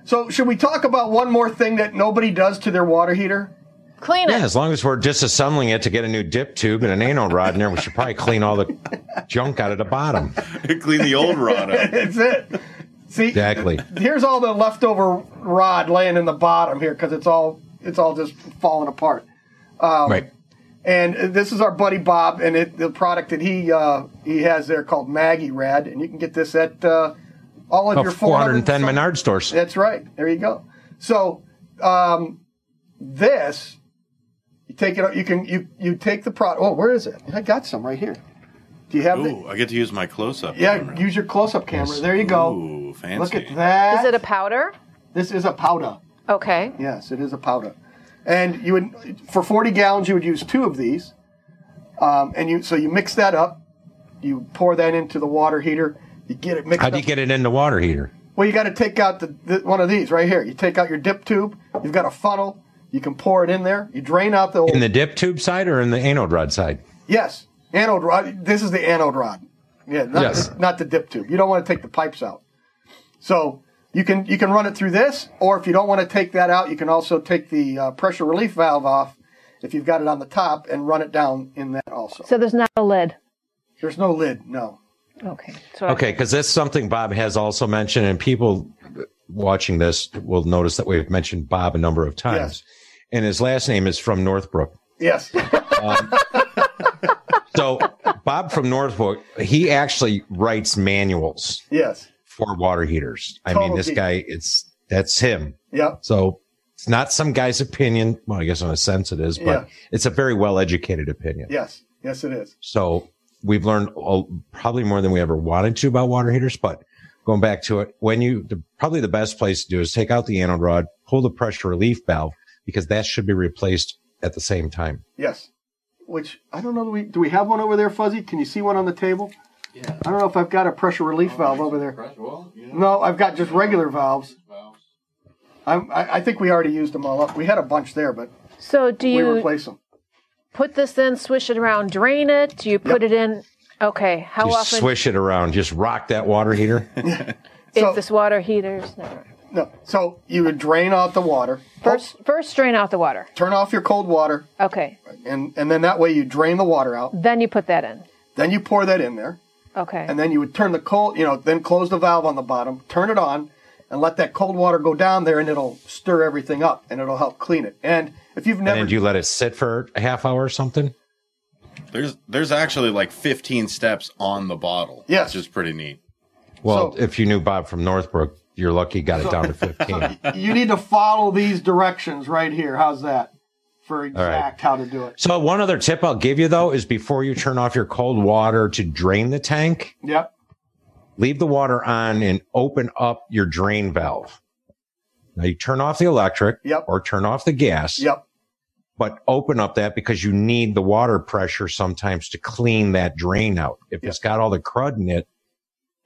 so, should we talk about one more thing that nobody does to their water heater?
Clean it.
Yeah, as long as we're disassembling it to get a new dip tube and an anal rod in there, we should probably clean all the junk out of the bottom.
Clean the old rod up.
That's it. See,
Exactly.
here's all the leftover rod laying in the bottom here because it's all it's all just falling apart.
right.
And this is our buddy Bob, and it, the product that he uh, he has there called Maggie Rad, and you can get this at uh, all of
Oh,
your
410
400
Menard stores.
That's right. There you go. So um, this you take it. You can you you take the product. Oh, where is it? I got some right here. Do you have the?
Ooh, I get to use my close up.
Yeah, use your close-up camera. There you go.
Ooh, fancy.
Look at that.
Is it a powder?
This is a powder.
Okay.
Yes, it is a powder. And you would for 40 gallons you would use two of these. Um, and you so you mix that up, you pour that into the water heater, you get it mixed
How do you
up.
get it in the water heater?
well, you got to take out the, the one of these right here. You take out your dip tube. You've got a funnel. You can pour it in there. You drain out the,
In the dip tube side or in the anal rod side?
yes anode rod. This is the anode rod. Yeah, not,
Yes.
the, not the dip tube. You don't want to take the pipes out. So you can you can run it through this, or if you don't want to take that out, you can also take the uh, pressure relief valve off if you've got it on the top and run it down in that also.
So there's not a lid.
There's no lid, no.
Okay. So
Okay, because that's something Bob has also mentioned, and people watching this will notice that we've mentioned Bob a number of times. And his last name is from Northbrook. Um,
Yes,
So Bob from Northwood, he actually writes manuals
Yes.
for water heaters. I mean,
Total
this
geek.
guy, it's that's him.
Yep.
So it's not some guy's opinion. Well, I guess in a sense it is, but
Yeah.
it's a very well educated opinion.
Yes. Yes, it is.
So we've learned a- probably more than we ever wanted to about water heaters, but going back to it, when you, the, probably the best place to do is take out the anode rod, pull the pressure relief valve because that should be replaced at the same time.
Yes. Which I don't know. Do we, do we have one over there, Fuzzy? Can you see one on the table?
Yeah.
I don't know if I've got a pressure relief valve over there.
Well, you know,
No, I've got just regular valves.
valves.
I'm, I, I think we already used them all up. We had a bunch there, but
So do
we
you
replaced them.
put this in, swish it around, drain it? Do you put it in? Okay. How
You
often?
swish it around, just rock that water heater.
if
So-
this water heater's never.
No. So you would drain out the water.
First,
Oh.
first drain out the water.
Turn off your cold water,
Okay.
and, and then that way you drain the water out.
Then you put that in.
Then you pour that in there,
Okay.
and then you would turn the cold, you know, then close the valve on the bottom, turn it on, and let that cold water go down there, and it'll stir everything up, and it'll help clean it. And if you've never,
and you let it sit for a half hour or something.
There's there's actually like 15 steps on the bottle.
Yes.
which is pretty neat.
Well,
So-
if you knew Bob from Northbrook, you're lucky you got it down to 15.
you need to follow these directions right here. How's that for exact how to do it?
so, one other tip I'll give you though is before you turn off your cold water to drain the tank,
Yep.
leave the water on and open up your drain valve. Now, you turn off the electric
Yep.
or turn off the gas,
Yep.
but open up that because you need the water pressure sometimes to clean that drain out. If it's got all the crud in it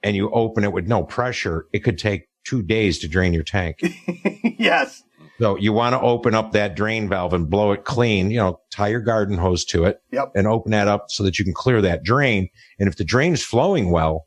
and you open it with no pressure, it could take two days to drain your tank.
yes.
So you want to open up that drain valve and blow it clean, you know, tie your garden hose to it
Yep.
and open that up so that you can clear that drain. And if the drain's flowing well,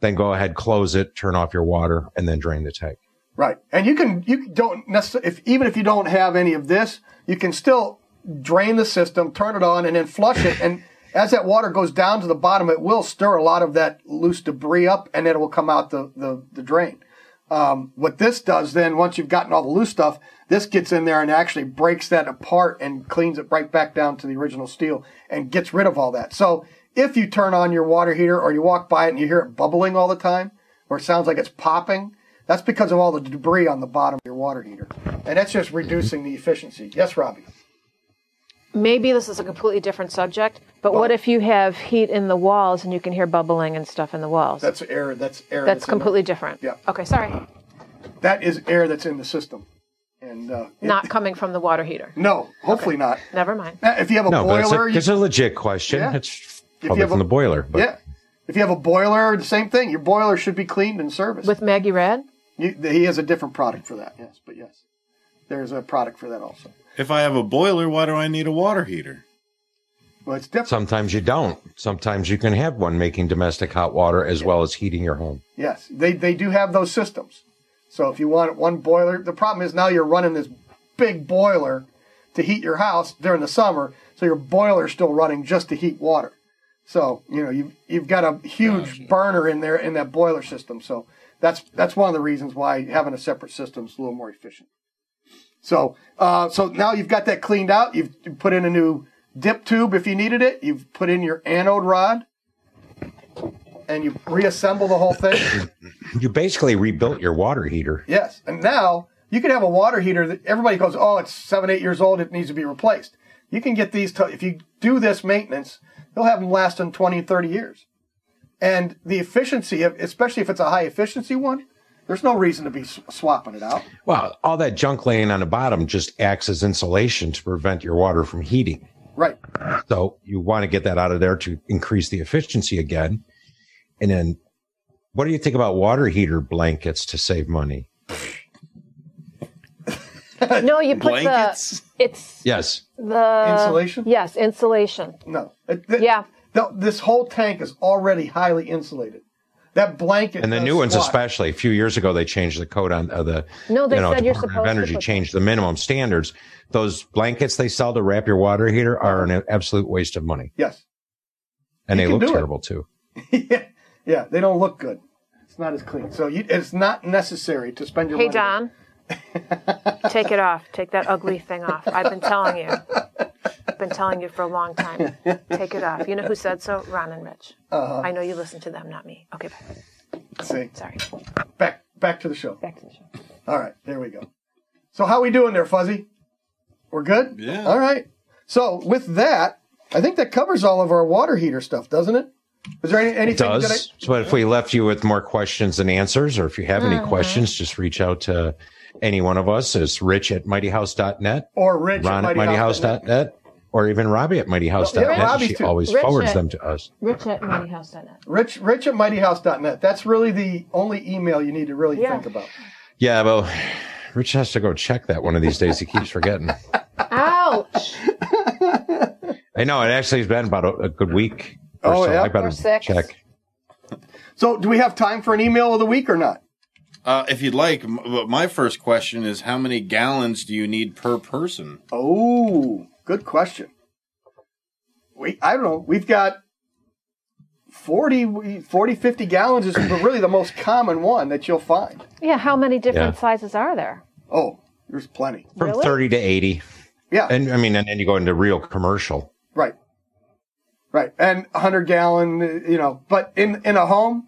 then go ahead, close it, turn off your water and then drain the tank.
Right. And you can you don't necessarily if even if you don't have any of this, you can still drain the system, turn it on, and then flush it. And as that water goes down to the bottom, it will stir a lot of that loose debris up, and then it will come out the the, the drain. Um, what this does then, once you've gotten all the loose stuff, this gets in there and actually breaks that apart and cleans it right back down to the original steel and gets rid of all that. So if you turn on your water heater or you walk by it and you hear it bubbling all the time, or it sounds like it's popping, that's because of all the debris on the bottom of your water heater. And that's just reducing the efficiency. Yes, Robbie.
Maybe this is a completely different subject, but what if you have heat in the walls and you can hear bubbling and stuff in the walls?
That's air. That's air.
That's
in the-
completely different.
Yeah.
Okay, sorry.
that is air that's in the system. And uh, it-
Not coming from the water heater.
no, hopefully not.
Never mind.
Uh, If you have a
No, but it's
boiler,
a,
you
it's a legit question.
Yeah.
It's
you
probably
have
from
a-
the boiler, but
Yeah. If you have a boiler, the same thing. Your boiler should be cleaned and serviced.
With Maggie Rad?
you, he has a different product for that. Yes, but yes, there's a product for that also.
If I have a boiler, why do I need a water heater?
Well, it's different.
sometimes you don't. Sometimes you can have one making domestic hot water as well as heating your home.
yes, they they do have those systems. So if you want one boiler, the problem is now you're running this big boiler to heat your house during the summer, so your boiler's still running just to heat water. So you know you you've got a huge burner in there in that boiler system. So that's that's one of the reasons why having a separate system is a little more efficient. So uh, so now you've got that cleaned out. You've put in a new dip tube if you needed it. You've put in your anode rod, and you reassemble the whole thing.
You basically rebuilt your water heater.
Yes. And now you can have a water heater that everybody goes, oh, it's seven, eight years old. It needs to be replaced. You can get these, to, if you do this maintenance, you'll have them lasting 20, 30 years. And the efficiency, of, especially if it's a high efficiency one, there's no reason to be s- swapping it out.
Well, all that junk laying on the bottom just acts as insulation to prevent your water from heating.
Right.
So you want to get that out of there to increase the efficiency again. And then what do you think about water heater blankets to save money?
No, you put
Blankets?
the. It's
Yes.
the.
Insulation?
Yes, insulation.
No. It- th-
Yeah.
th- this whole tank is already highly insulated. That blanket.
And the
does
new ones,
squat.
especially a few years ago, they changed the code on uh, the
No, they said you're
Department
supposed
of
to
Energy
put-
changed the minimum standards. Those blankets they sell to wrap your water heater are an absolute waste of money,
Yes.
and
You
they
can
look
do it.
terrible too.
yeah. Yeah. They don't look good. It's not as clean. So you, it's not necessary to spend your
Hey,
money there.
Don. Take it off. Take that ugly thing off. I've been telling you. I've been telling you for a long time. Take it off. You know who said so? Ron and Rich. I know you listen to them, not me. Okay, bye.
See,
sorry.
back back to the show.
Back to the show.
All right, there we go. So how we doing there, Fuzzy? We're good.
Yeah.
All right. So with that, I think that covers all of our water heater stuff, doesn't it? Is there any, anything? that
does. But if we left you with more questions than answers, or if you have any
Mm-hmm.
questions, just reach out to any one of us. It's rich at mightyhouse.net,
I, or Rich
Ron at
mightyhouse.net.
mightyhouse.net, or even Robbie at mightyhouse.net.
Yeah, Robbie
she
too.
always
Rich
forwards
at-
them to us.
Rich at MightyHouse.net.
Rich Rich at mightyhouse.net. That's really the only email you need to really
Yeah.
think about.
Yeah, well, Rich has to go check that one of these days. He keeps forgetting.
Ouch!
I know it actually has been about a, a good week. Or
Oh,
so.
yeah.
I better
Or six.
check.
So do we have time for an email of the week or not?
Uh, if you'd like, m- but my first question is how many gallons do you need per person?
Oh, good question. We I don't know. We've got 40, 40 50 gallons is really the most common one that you'll find.
Yeah, how many different
Yeah.
sizes are there?
Oh, there's plenty.
From
Really?
30 to 80.
Yeah,
And I mean, and then you go into real commercial.
right, right, and hundred gallon. uh, You know, but in in a home,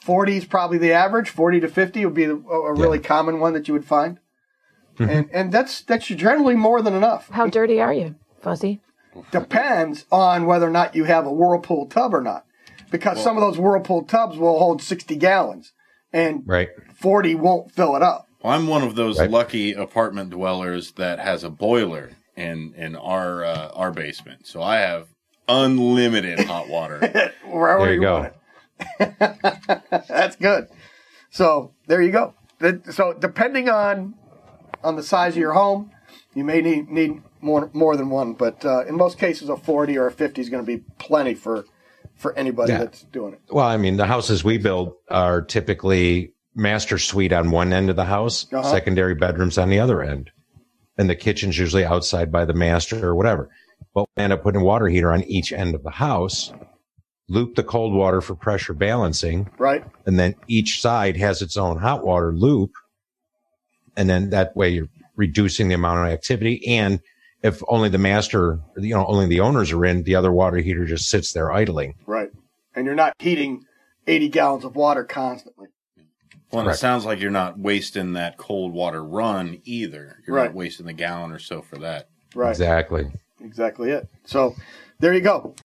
forty is probably the average. Forty to fifty would be the- a, a really common one that you would find,
Mm-hmm.
and and that's that's generally more than enough.
How dirty are you, Fuzzy?
depends on whether or not you have a whirlpool tub or not. Because some of those whirlpool tubs will hold 60 gallons and
Right.
40 won't fill it up.
Well, I'm one of those
Right.
lucky apartment dwellers that has a boiler in in our uh, our basement, so I have unlimited hot water.
Wherever
There you
want
go.
it. That's good. So there you go. That- So depending on on the size of your home, you may need need more more than one, but uh, in most cases, a 40 or a 50 is going to be plenty for for anybody
Yeah.
that's doing it.
Well, I mean, the houses we build are typically master suite on one end of the house,
Uh-huh.
secondary bedrooms on the other end. And the kitchen's usually outside by the master or whatever. But we end up putting a water heater on each end of the house, loop the cold water for pressure balancing,
Right?
and then each side has its own hot water loop. And then that way you're reducing the amount of activity. And if only the master, you know, only the owners are in, the other water heater just sits there idling.
Right. And you're not heating 80 gallons of water constantly.
Well, and it
Correct.
sounds like you're not wasting that cold water run either. You're
Right.
not wasting the gallon or so for that.
Right.
Exactly.
Exactly it. So there you go.